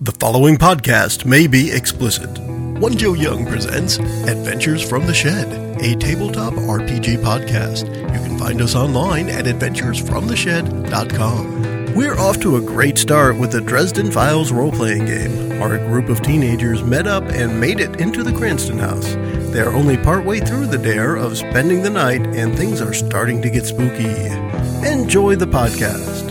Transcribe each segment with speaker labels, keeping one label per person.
Speaker 1: The following podcast may be explicit. One Joe Young presents Adventures from the Shed, a tabletop RPG podcast. You can find us online at adventuresfromtheshed.com. We're off to a great start with the Dresden Files role playing game. Our group of teenagers met up and made it into the Cranston house. They are only partway through the dare of spending the night, and things are starting to get spooky. Enjoy the podcast.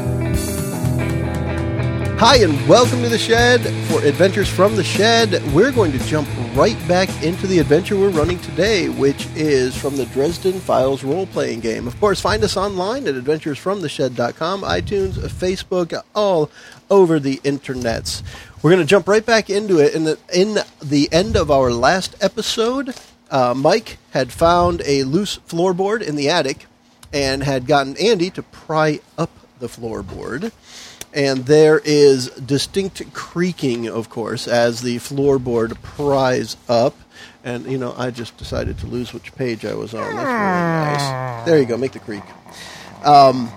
Speaker 1: Hi, and welcome to the shed for Adventures from the Shed. We're going to jump right back into the adventure we're running today, which is from the Dresden Files role playing game. Of course, find us online at adventuresfromtheshed.com, iTunes, Facebook, all over the internets. We're going to jump right back into it. In the, in the end of our last episode, uh, Mike had found a loose floorboard in the attic and had gotten Andy to pry up the floorboard and there is distinct creaking, of course, as the floorboard pries up. And you know, I just decided to lose which page I was on. That's really nice. There you go, make the creak. Um,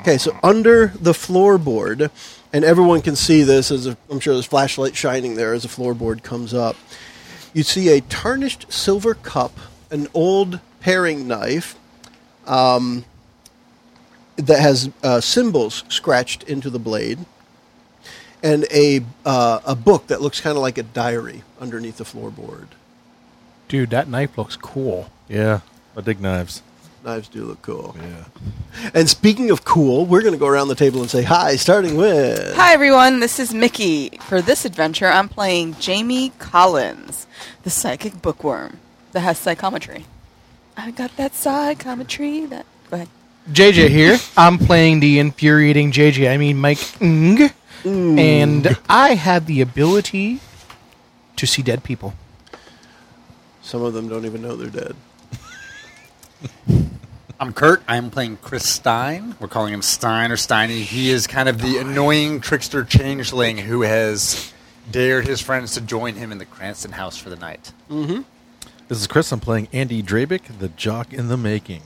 Speaker 1: okay, so under the floorboard, and everyone can see this as a, I'm sure there's flashlight shining there as the floorboard comes up. You see a tarnished silver cup, an old paring knife, that has uh, symbols scratched into the blade, and a uh, a book that looks kind of like a diary underneath the floorboard.
Speaker 2: Dude, that knife looks cool.
Speaker 3: Yeah, I dig knives.
Speaker 1: Knives do look cool.
Speaker 3: Yeah.
Speaker 1: And speaking of cool, we're going to go around the table and say hi, starting with
Speaker 4: Hi everyone, this is Mickey. For this adventure, I'm playing Jamie Collins, the psychic bookworm that has psychometry. I got that psychometry. That go ahead.
Speaker 2: JJ here. I'm playing the infuriating JJ. I mean Mike Ng, and I have the ability to see dead people.
Speaker 1: Some of them don't even know they're dead.
Speaker 5: I'm Kurt. I'm playing Chris Stein. We're calling him Stein or Steiny. He is kind of the annoying trickster changeling who has dared his friends to join him in the Cranston house for the night.
Speaker 3: This is Chris. I'm playing Andy Drabick, the jock in the making.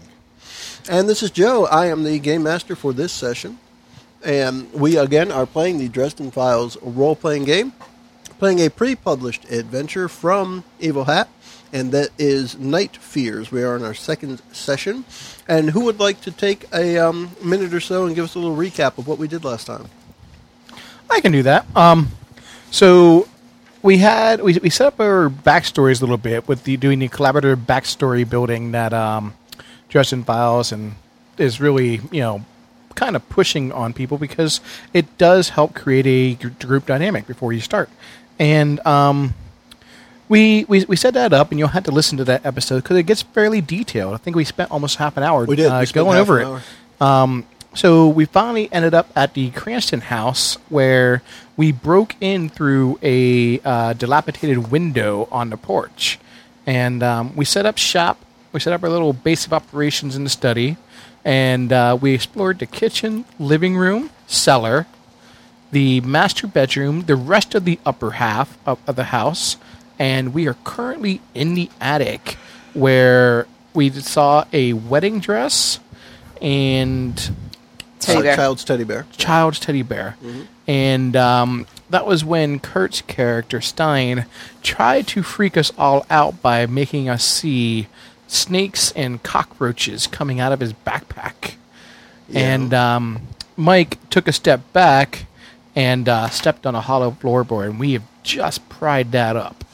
Speaker 1: And this is Joe. I am the game master for this session. And we again are playing the Dresden Files role playing game, playing a pre published adventure from Evil Hat, and that is Night Fears. We are in our second session. And who would like to take a um, minute or so and give us a little recap of what we did last time?
Speaker 2: I can do that. Um, so we had we, we set up our backstories a little bit with the doing the collaborative backstory building that um, Justin Files and is really you know kind of pushing on people because it does help create a gr- group dynamic before you start, and um, we, we we set that up and you'll have to listen to that episode because it gets fairly detailed. I think we spent almost half an hour
Speaker 1: We did.
Speaker 2: uh,
Speaker 1: We spent
Speaker 2: going
Speaker 1: half
Speaker 2: over
Speaker 1: an
Speaker 2: it.
Speaker 1: hour.
Speaker 2: Um, so we finally ended up at the Cranston house where we broke in through a uh, dilapidated window on the porch. And um, we set up shop. We set up our little base of operations in the study. And uh, we explored the kitchen, living room, cellar, the master bedroom, the rest of the upper half of, of the house, and we are currently in the attic where we saw a wedding dress and
Speaker 4: Teddy
Speaker 1: Uh,
Speaker 4: bear.
Speaker 1: Child's teddy bear.
Speaker 2: child's teddy bear. And um, that was when Kurt's character, Stein, tried to freak us all out by making us see snakes and cockroaches coming out of his backpack. And um, Mike took a step back and uh, stepped on a hollow floorboard, and we have just pried that up.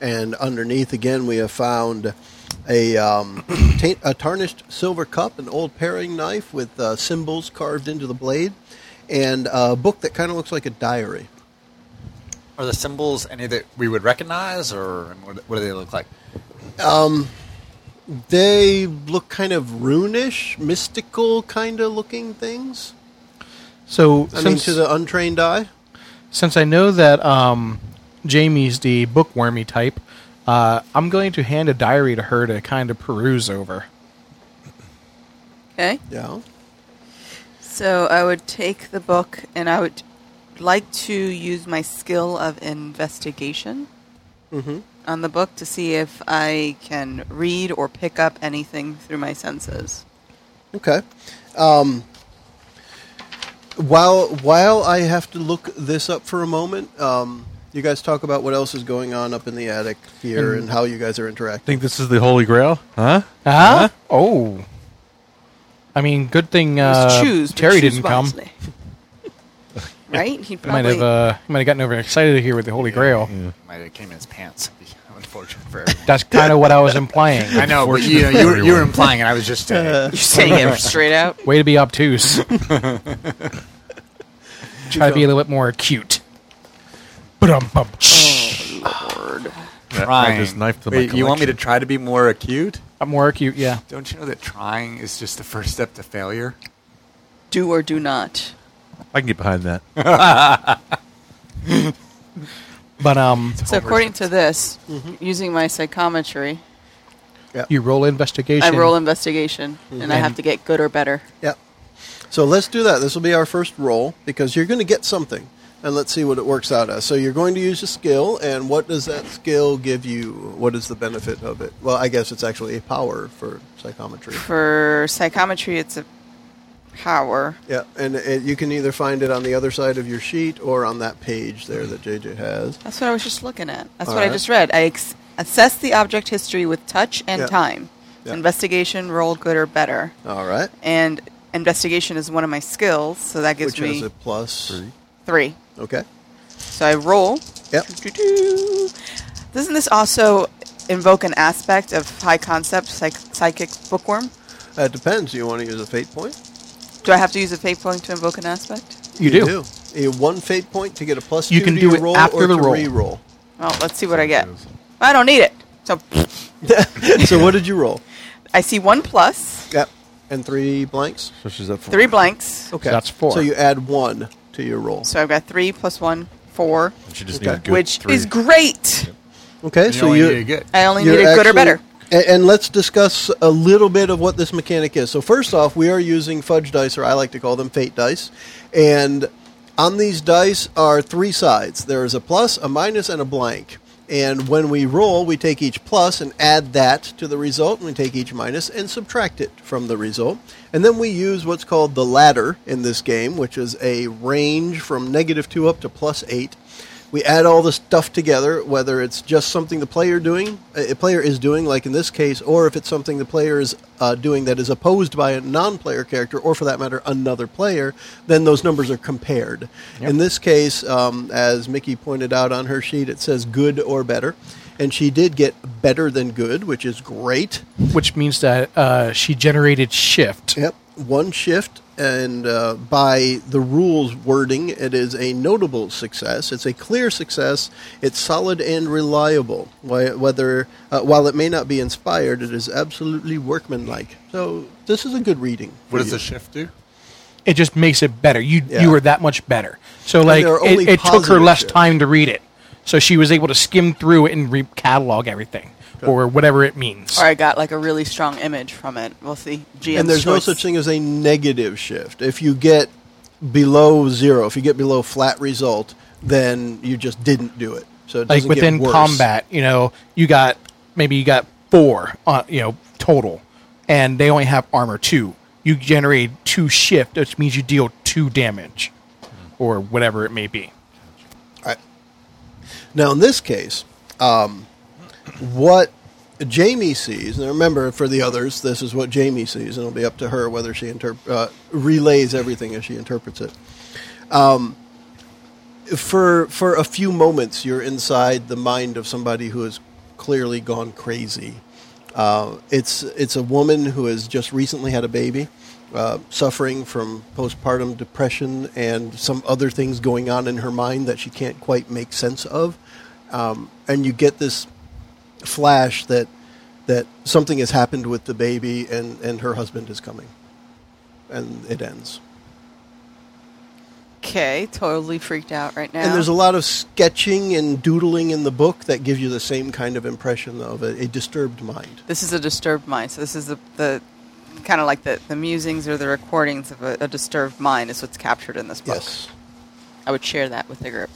Speaker 1: and underneath again we have found a, um, ta- a tarnished silver cup, an old paring knife with uh, symbols carved into the blade, and a book that kind of looks like a diary.
Speaker 5: Are the symbols any that we would recognize, or and what what do they look like?
Speaker 1: They look kind of runish, mystical kind of looking things.
Speaker 2: So,
Speaker 1: I mean, to the untrained eye.
Speaker 2: since I know that um, Jamie's the bookwormy type, uh, I'm going to hand a diary to her to kind of peruse over.
Speaker 4: Okay,
Speaker 1: Yeah.
Speaker 4: so I would take the book and I would like to use my skill of investigation
Speaker 2: Mm-hmm.
Speaker 4: on the book to see if I can read or pick up anything through my senses.
Speaker 1: Okay. Um, while while I have to look this up for a moment, um, you guys talk about what else is going on up in the attic here and, how you guys are interacting.
Speaker 3: Think this is the Holy Grail? Huh?
Speaker 2: Huh? Oh. I mean, good thing uh,
Speaker 4: Just choose, but
Speaker 2: Terry
Speaker 4: choose
Speaker 2: didn't come.
Speaker 4: wisely. right? He
Speaker 2: He might
Speaker 4: probably
Speaker 2: have uh, he might have gotten over excited here with the Holy Grail.
Speaker 5: Might have came in his pants. Unfortunate for everyone.
Speaker 2: That's kind of what I was implying.
Speaker 5: I know, but you, know, you, were, you were implying it. I was just uh,
Speaker 4: You're saying it straight out.
Speaker 2: Way to be obtuse. Try to be a little bit more acute. Ba-dum-bum.
Speaker 4: Oh.
Speaker 5: trying.
Speaker 3: I just knifed the
Speaker 5: Wait, you want me to try to be more acute?
Speaker 2: I'm more acute, yeah.
Speaker 5: Don't you know that trying is just the first step to failure?
Speaker 4: Do or do not.
Speaker 3: I can get behind that.
Speaker 2: But um,
Speaker 4: So according to this,
Speaker 1: Mm-hmm.
Speaker 4: using my psychometry,
Speaker 2: you roll investigation.
Speaker 4: I roll investigation, and I have to get good or better.
Speaker 1: Yeah. So let's do that. This will be our first roll because you're going to get something, and let's see what it works out as. So you're going to use a skill, and what does that skill give you? What is the benefit of it? Well, I guess it's actually a power for psychometry.
Speaker 4: For psychometry, it's a power.
Speaker 1: Yeah, and it, you can either find it on the other side of your sheet or on that page there that JJ has.
Speaker 4: That's what I was just looking at. That's
Speaker 1: All
Speaker 4: what
Speaker 1: right.
Speaker 4: I just read. I ex- assess the object history with touch and
Speaker 1: Yeah.
Speaker 4: time.
Speaker 1: Yeah.
Speaker 4: Investigation, roll good or better,
Speaker 1: All right,
Speaker 4: and investigation is one of my skills, so that gives
Speaker 1: which
Speaker 4: me
Speaker 1: has a plus
Speaker 4: three.
Speaker 1: Okay.
Speaker 4: So I roll.
Speaker 1: Yep.
Speaker 4: Doo-doo. Doesn't this also invoke an aspect of high concept psych- psychic bookworm?
Speaker 1: That depends. Do you want to use a fate point?
Speaker 4: Do I have to use a fate point to invoke an aspect?
Speaker 2: You, do.
Speaker 1: You one fate point to get a plus
Speaker 2: You
Speaker 1: two
Speaker 2: can
Speaker 1: to
Speaker 2: do
Speaker 1: your
Speaker 2: it
Speaker 1: roll
Speaker 2: after
Speaker 1: or
Speaker 2: the
Speaker 1: to
Speaker 2: roll.
Speaker 1: re-roll.
Speaker 4: Well, let's see what I get. I don't need it. So
Speaker 1: so what did you roll?
Speaker 4: I see one plus,
Speaker 1: Yep. And three blanks?
Speaker 3: So she's up for
Speaker 4: three blanks.
Speaker 1: Okay.
Speaker 2: that's four.
Speaker 1: So you add one to your roll.
Speaker 4: So I've got three plus one, four,
Speaker 3: She just
Speaker 1: Okay.
Speaker 3: needed good
Speaker 4: which
Speaker 3: three.
Speaker 4: is great.
Speaker 1: Okay, so you
Speaker 4: I only
Speaker 1: you're
Speaker 4: need a good or
Speaker 1: actually-
Speaker 4: better.
Speaker 1: a- And let's discuss a little bit of what this mechanic is. So first off, we are using fudge dice, or I like to call them fate dice, and on these dice are three sides. There is a plus, a minus, and a blank. And when we roll, we take each plus and add that to the result, and we take each minus and subtract it from the result. And then we use what's called the ladder in this game, which is a range from negative two up to plus eight. We add all this stuff together, whether it's just something the player doing, uh, a a player is doing, like in this case, or if it's something the player is uh, doing that is opposed by a non-player character, or for that matter, another player. Then those numbers are compared. In this case, um, as Mickey pointed out on her sheet, it says good or better, and she did get better than good, which is great.
Speaker 2: which means that uh, she generated shift.
Speaker 1: Yep, one shift, and uh, by the rules wording, it is a notable success. It's a clear success. It's solid and reliable. Why- Whether uh, while it may not be inspired, it is absolutely workmanlike. So this is a good reading.
Speaker 5: What
Speaker 1: for
Speaker 5: does
Speaker 1: you.
Speaker 5: the shift do?
Speaker 2: It just makes it better. You
Speaker 1: Yeah.
Speaker 2: you were that much better. So like
Speaker 1: there are only
Speaker 2: it, it took her
Speaker 1: positive
Speaker 2: less
Speaker 1: shifts.
Speaker 2: time to read it, so she was able to skim through it and re- catalog everything or whatever it means.
Speaker 4: Or I got like a really strong image from it. We'll see. GM's
Speaker 1: and there's no
Speaker 4: choice.
Speaker 1: such thing as a negative shift. If you get below zero, if you get below flat result, then you just didn't do it. So it
Speaker 2: like
Speaker 1: doesn't get
Speaker 2: within
Speaker 1: worse.
Speaker 2: combat, you know, you got maybe you got four, on, you know, total, and they only have armor two. You generate two shift, which means you deal two damage, or whatever it may be.
Speaker 1: Now, in this case, um, what Jamie sees, and remember for the others, this is what Jamie sees, and it'll be up to her whether she interp- uh, relays everything as she interprets it. Um, for for a few moments, you're inside the mind of somebody who has clearly gone crazy. Uh, it's it's a woman who has just recently had a baby, uh, suffering from postpartum depression and some other things going on in her mind that she can't quite make sense of. Um, and you get this flash that that something has happened with the baby and, and her husband is coming, and it ends.
Speaker 4: Okay, totally freaked out right now.
Speaker 1: And there's a lot of sketching and doodling in the book that gives you the same kind of impression of a, a disturbed mind.
Speaker 4: This is a disturbed mind. So this is the, the kind of like the, the musings or the recordings of a, a disturbed mind is what's captured in this book.
Speaker 1: Yes.
Speaker 4: I would share that with the group.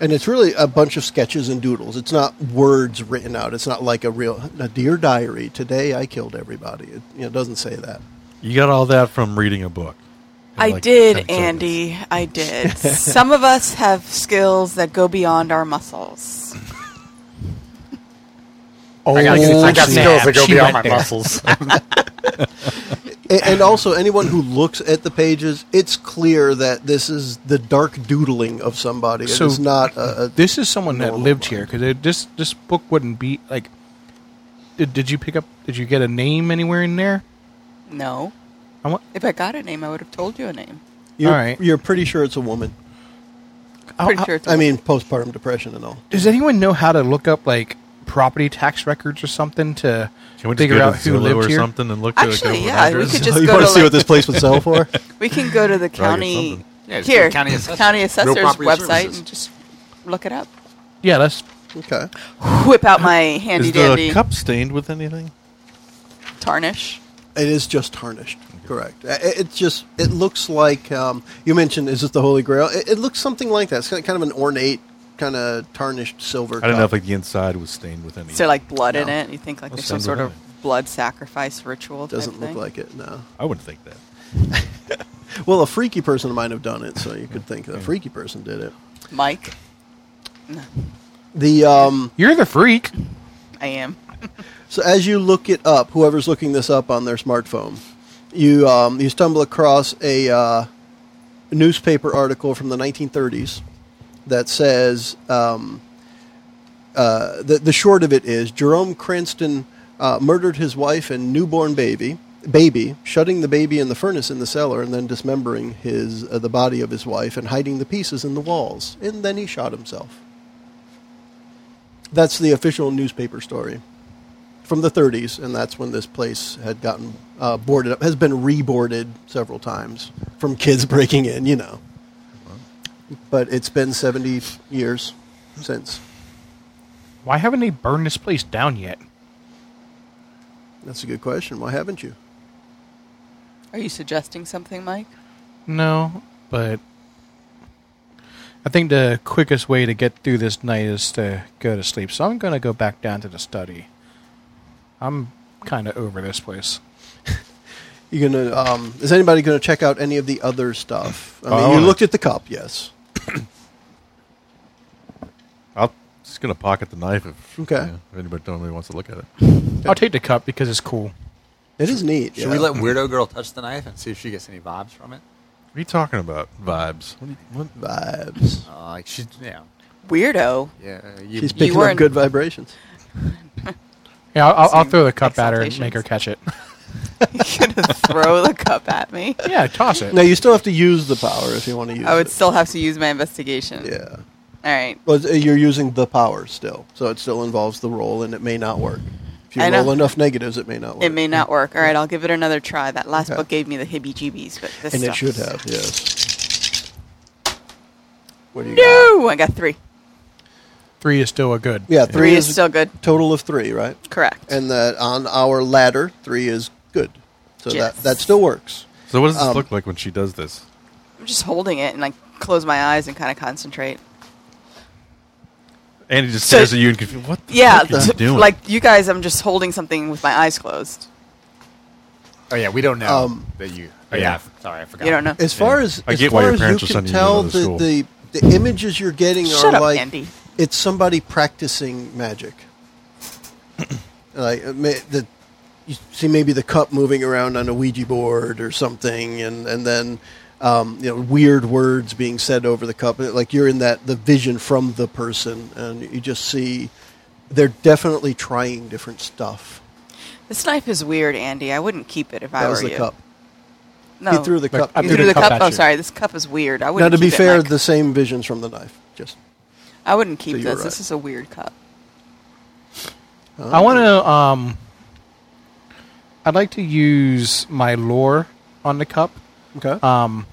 Speaker 1: And it's really a bunch of sketches and doodles. It's not words written out. It's not like a real a dear diary. Today I killed everybody. It you know, doesn't say that.
Speaker 3: you got all that from reading a book.
Speaker 4: I
Speaker 3: like that
Speaker 4: did,
Speaker 3: joke.
Speaker 4: Andy. I did. Some of us have skills that go beyond our muscles.
Speaker 2: Oh,
Speaker 5: I got, I got
Speaker 2: snap.
Speaker 5: skills that go
Speaker 2: She went
Speaker 5: beyond my
Speaker 2: there.
Speaker 5: muscles.
Speaker 1: A- and also anyone who looks at the pages, it's clear that this is the dark doodling of somebody.
Speaker 2: So-
Speaker 1: it's not a, a
Speaker 2: This is someone that
Speaker 1: Normal
Speaker 2: lived
Speaker 1: one.
Speaker 2: here because this this book wouldn't be like. Did, did you pick up? Did you get a name anywhere in there?
Speaker 4: No.
Speaker 2: I want,
Speaker 4: If I got a name, I would have told you a name.
Speaker 1: you're,
Speaker 2: all right.
Speaker 1: you're pretty sure it's a woman.
Speaker 2: I-
Speaker 4: Pretty
Speaker 2: I-
Speaker 4: sure it's a
Speaker 1: I mean, postpartum depression and all.
Speaker 2: Does anyone know how to look up like property tax records or something to
Speaker 3: Can we just
Speaker 2: figure
Speaker 3: go
Speaker 2: out
Speaker 3: to
Speaker 2: who
Speaker 3: Zillow
Speaker 2: lived
Speaker 3: or
Speaker 2: here?
Speaker 3: something and look at
Speaker 4: Actually,
Speaker 3: Google
Speaker 4: yeah, we
Speaker 3: address?
Speaker 4: could just
Speaker 1: you
Speaker 4: go
Speaker 1: want
Speaker 4: to,
Speaker 1: to see
Speaker 4: like-
Speaker 1: what this place would sell for?
Speaker 4: We can go to the county
Speaker 3: something.
Speaker 5: Yeah, just go to
Speaker 4: here,
Speaker 5: county
Speaker 4: county, assessor's
Speaker 5: assessors. Real property
Speaker 4: website,
Speaker 5: services.
Speaker 4: and just look it up.
Speaker 2: Yeah, that's
Speaker 1: Okay.
Speaker 4: Whip out my handy
Speaker 3: Is the
Speaker 4: dandy
Speaker 3: cup stained with anything?
Speaker 4: tarnish.
Speaker 1: It is just tarnished. Correct. I- I- It's just. It looks like um, you mentioned. Is it the Holy Grail? It, it looks something like that. It's kind of- kind of an ornate, kind of tarnished silver.
Speaker 3: I don't know
Speaker 1: cup.
Speaker 3: if like the inside was stained with anything.
Speaker 4: Is there like blood in
Speaker 1: No.
Speaker 4: it? You think like
Speaker 3: Let's
Speaker 4: there's some
Speaker 3: send
Speaker 4: sort
Speaker 3: it
Speaker 4: of blood sacrifice ritual? type
Speaker 1: doesn't look
Speaker 4: thing?
Speaker 1: like it. No.
Speaker 3: I wouldn't think that.
Speaker 1: Well, a freaky person might have done it, so you could think that a freaky person did it.
Speaker 4: Mike. No,
Speaker 1: The um,
Speaker 2: you're the freak.
Speaker 4: I am.
Speaker 1: So as you look it up, whoever's looking this up on their smartphone, you um, you stumble across a uh, newspaper article from the 1930s that says um, uh, the the short of it is Jerome Cranston uh, murdered his wife and newborn baby baby, shutting the baby in the furnace in the cellar and then dismembering his uh, the body of his wife and hiding the pieces in the walls, and then he shot himself. That's the official newspaper story from the 30s, and that's when this place had gotten uh, boarded up, has been reboarded several times from kids breaking in, you know. But it's been 70 years since.
Speaker 2: Why haven't they burned this place down yet?
Speaker 1: That's a good question. Why haven't you?
Speaker 4: Are you suggesting something, Mike?
Speaker 2: No, but I think the quickest way to get through this night is to go to sleep. So I'm going to go back down to the study. I'm kind of over this place.
Speaker 1: You gonna? Um, is anybody gonna check out any of the other stuff? I mean,
Speaker 3: Oh,
Speaker 1: you
Speaker 3: no.
Speaker 1: looked at the cup, yes.
Speaker 3: I'm just gonna pocket the knife if,
Speaker 1: Okay.
Speaker 3: yeah, if anybody don't really wants to look at it.
Speaker 2: I'll take the cup because it's cool.
Speaker 1: It is neat.
Speaker 5: Should
Speaker 1: yeah.
Speaker 5: we let Weirdo Girl touch the knife and see if she gets any vibes from it?
Speaker 3: What are you talking about? Vibes. What do you- what-
Speaker 1: vibes?
Speaker 5: Uh, like she, yeah,
Speaker 4: Weirdo.
Speaker 5: yeah. You,
Speaker 1: She's
Speaker 5: you-
Speaker 1: picking up
Speaker 4: weren't-
Speaker 1: good vibrations.
Speaker 2: Yeah, I'll, I'll, I'll
Speaker 4: Same
Speaker 2: throw the cup at her and make
Speaker 4: expectations.
Speaker 2: her catch it.
Speaker 4: You're gonna throw the cup at me.
Speaker 2: Yeah, toss it.
Speaker 1: Now you still have to use the power if you want to use.
Speaker 4: I would
Speaker 1: it.
Speaker 4: still have to use my investigation.
Speaker 1: Yeah.
Speaker 4: All right.
Speaker 1: Well, it's- uh, you're using the power still, so it still involves the roll, and it may not work. If you
Speaker 4: I know.
Speaker 1: roll enough negatives, it may not work.
Speaker 4: It may not work. All right, I'll give it another try. That last
Speaker 1: Okay.
Speaker 4: book gave me the heebie-jeebies, but this
Speaker 1: and it
Speaker 4: stuff-
Speaker 1: should have. Yes. What do you got?
Speaker 4: No, I got three.
Speaker 2: Three is still a good.
Speaker 1: Yeah, three,
Speaker 4: Three is still good.
Speaker 1: total of three, right?
Speaker 4: Correct.
Speaker 1: And that on our ladder, three is good, so
Speaker 4: Yes.
Speaker 1: that that still works.
Speaker 3: So what does this
Speaker 1: Um,
Speaker 3: look like when she does this?
Speaker 4: I'm just holding it and like close my eyes and kind of concentrate.
Speaker 3: Andy just
Speaker 4: So-
Speaker 3: stares at you in confusion. What the
Speaker 4: Yeah,
Speaker 3: fuck are
Speaker 4: t-
Speaker 3: you doing?
Speaker 4: like you guys, I'm just holding something with my eyes closed.
Speaker 5: oh yeah, we don't know
Speaker 1: Um,
Speaker 5: that you. Oh,
Speaker 3: yeah.
Speaker 5: yeah. sorry, I forgot.
Speaker 4: You don't know.
Speaker 1: As far as
Speaker 3: I
Speaker 1: as
Speaker 3: get why
Speaker 1: far
Speaker 3: your
Speaker 1: as
Speaker 3: parents
Speaker 1: you
Speaker 3: are
Speaker 1: can
Speaker 3: sending you to
Speaker 1: tell,
Speaker 3: another
Speaker 1: the,
Speaker 3: school.
Speaker 1: the the images you're getting
Speaker 4: Shut
Speaker 1: are
Speaker 4: up,
Speaker 1: like
Speaker 4: Andy.
Speaker 1: it's somebody practicing magic. like uh, ma- the, you see maybe the cup moving around on a Ouija board or something, and and then um, you know weird words being said over the cup. Uh, Like you're in that the vision from the person, and you just see they're definitely trying different stuff.
Speaker 4: This knife is weird, Andy. I wouldn't keep it if I
Speaker 1: That
Speaker 4: were
Speaker 1: was the
Speaker 4: you.
Speaker 1: cup.
Speaker 4: No,
Speaker 1: He threw the
Speaker 2: Like,
Speaker 1: cup.
Speaker 2: I
Speaker 4: You
Speaker 2: threw
Speaker 4: threw
Speaker 2: the
Speaker 4: the
Speaker 2: cup
Speaker 4: cup.
Speaker 2: at
Speaker 4: Oh,
Speaker 2: you.
Speaker 4: sorry. This cup is weird. I
Speaker 1: now
Speaker 4: wouldn't.
Speaker 1: to be
Speaker 4: keep it,
Speaker 1: fair,
Speaker 4: Mike.
Speaker 1: the same visions from the knife. Just
Speaker 4: I wouldn't keep
Speaker 1: So you were
Speaker 4: this.
Speaker 1: right.
Speaker 4: This is a weird cup.
Speaker 2: I want to. Um, I'd like to use my lore on the cup.
Speaker 1: okay.
Speaker 2: Um,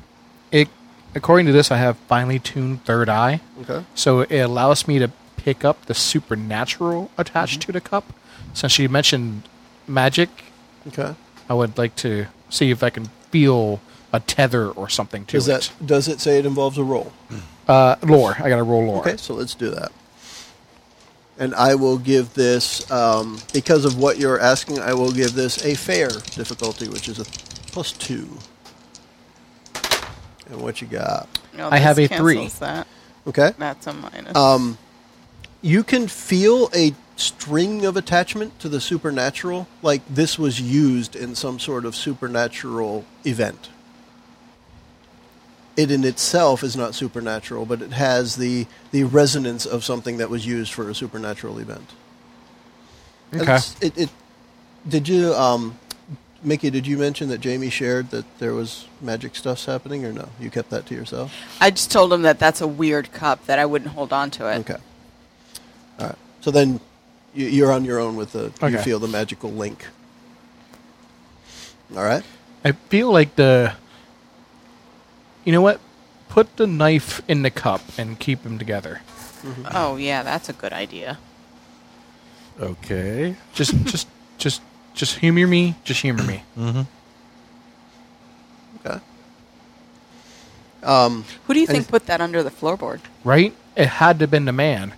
Speaker 2: it, according to this, I have finely tuned third eye,
Speaker 1: okay.
Speaker 2: so it allows me to pick up the supernatural attached
Speaker 4: Mm-hmm.
Speaker 2: to the cup. Since you mentioned magic,
Speaker 1: Okay.
Speaker 2: I would like to see if I can feel a tether or something to
Speaker 1: Does
Speaker 2: it.
Speaker 1: that does it say it involves a roll?
Speaker 2: uh, lore. I got to roll lore.
Speaker 1: Okay, so let's do that. And I will give this um, because of what you're asking. I will give this a fair difficulty, which is a plus two. And what you got?
Speaker 4: No,
Speaker 2: I have
Speaker 4: this
Speaker 2: a three.
Speaker 4: cancels That.
Speaker 1: Okay.
Speaker 4: That's a minus.
Speaker 1: Um, you can feel a string of attachment to the supernatural, like this was used in some sort of supernatural event. It in itself is not supernatural, but it has the, the resonance of something that was used for a supernatural event. And
Speaker 2: Okay.
Speaker 1: it's- It, it, did you, um, Mickey, did you mention that Jamie shared that there was magic stuffs happening, or no? You kept that to yourself?
Speaker 4: I just told him that that's a weird cup that I wouldn't hold on to it.
Speaker 1: Okay. All right. So then you, you're on your own with the. You
Speaker 2: Okay.
Speaker 1: feel the magical link. All right.
Speaker 2: I feel like the. You know what? Put the knife in the cup and keep them together.
Speaker 4: Oh yeah, that's a good idea.
Speaker 3: Okay.
Speaker 2: Just, just, just, just humor me. Just humor me.
Speaker 1: Okay. Um,
Speaker 4: Who do you
Speaker 1: And
Speaker 4: think put that under the floorboard?
Speaker 2: Right? It had to have been the man.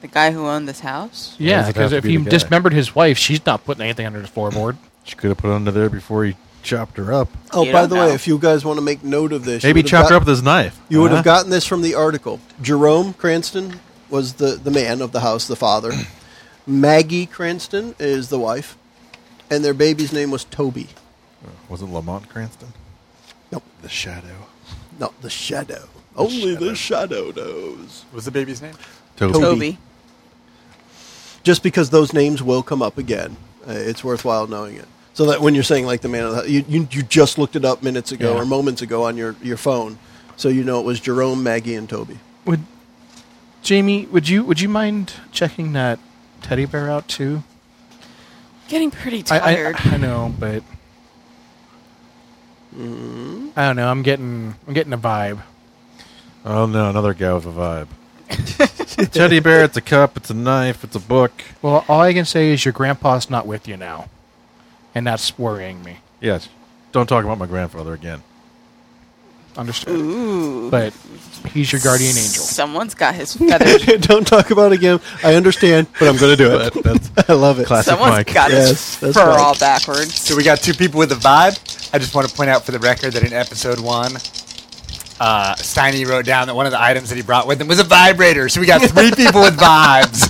Speaker 4: The guy who owned this house?
Speaker 3: Yeah,
Speaker 2: Yeah,
Speaker 3: it'd
Speaker 2: because
Speaker 3: have
Speaker 2: if
Speaker 3: to be
Speaker 2: he
Speaker 3: the guy.
Speaker 2: dismembered his wife, she's not putting anything under the floorboard.
Speaker 3: She could have put it under there before he chopped her up.
Speaker 1: oh,
Speaker 4: You
Speaker 1: by
Speaker 4: don't
Speaker 1: the
Speaker 4: know.
Speaker 1: way, if you guys want to make note of this, you
Speaker 3: Maybe
Speaker 1: would've
Speaker 3: chopped
Speaker 1: got-
Speaker 3: her up Uh-huh. with his knife.
Speaker 1: You would have
Speaker 3: Huh?
Speaker 1: gotten this from the article. Jerome Cranston was the, the man of the house, the father. Maggie Cranston is the wife, and their baby's name was Toby.
Speaker 3: Was it Lamont Cranston?
Speaker 1: Nope.
Speaker 3: The Shadow.
Speaker 1: Not the shadow. Only the shadow knows.
Speaker 5: What's the baby's name?
Speaker 3: Toby.
Speaker 1: Toby.
Speaker 4: Toby.
Speaker 1: just because those names will come up again, uh, it's worthwhile knowing it. So that when you're saying like the man, of the, you, you you just looked it up minutes ago
Speaker 2: Yeah.
Speaker 1: or moments ago on your, your phone, so you know it was Jerome, Maggie, and Toby.
Speaker 2: Would Jamie? Would you? Would you mind checking that teddy bear out too?
Speaker 4: Getting pretty
Speaker 2: I-
Speaker 4: tired.
Speaker 2: I, I, know, but I don't know. I'm getting I'm getting a vibe.
Speaker 3: Oh no, another guy with a vibe. Teddy bear. It's a cup. It's a knife. It's a book.
Speaker 2: Well, all I can say is your grandpa's not with you now, and that's worrying me.
Speaker 3: Yes. Don't talk about my grandfather again.
Speaker 2: Understood? But he's your guardian angel.
Speaker 4: Someone's got his feathers.
Speaker 1: Don't talk about it again. I understand, but I'm going to do it.
Speaker 3: But that's
Speaker 1: I love it.
Speaker 3: Classic.
Speaker 4: Someone's
Speaker 3: Mike.
Speaker 4: got
Speaker 1: Yes,
Speaker 4: his
Speaker 1: that's
Speaker 4: fur
Speaker 1: Mike.
Speaker 4: all backwards.
Speaker 5: So we got two people with a vibe. I just want to point out for the record that in episode one, uh, Steiny wrote down that one of the items that he brought with him was a vibrator. So we got three people with vibes.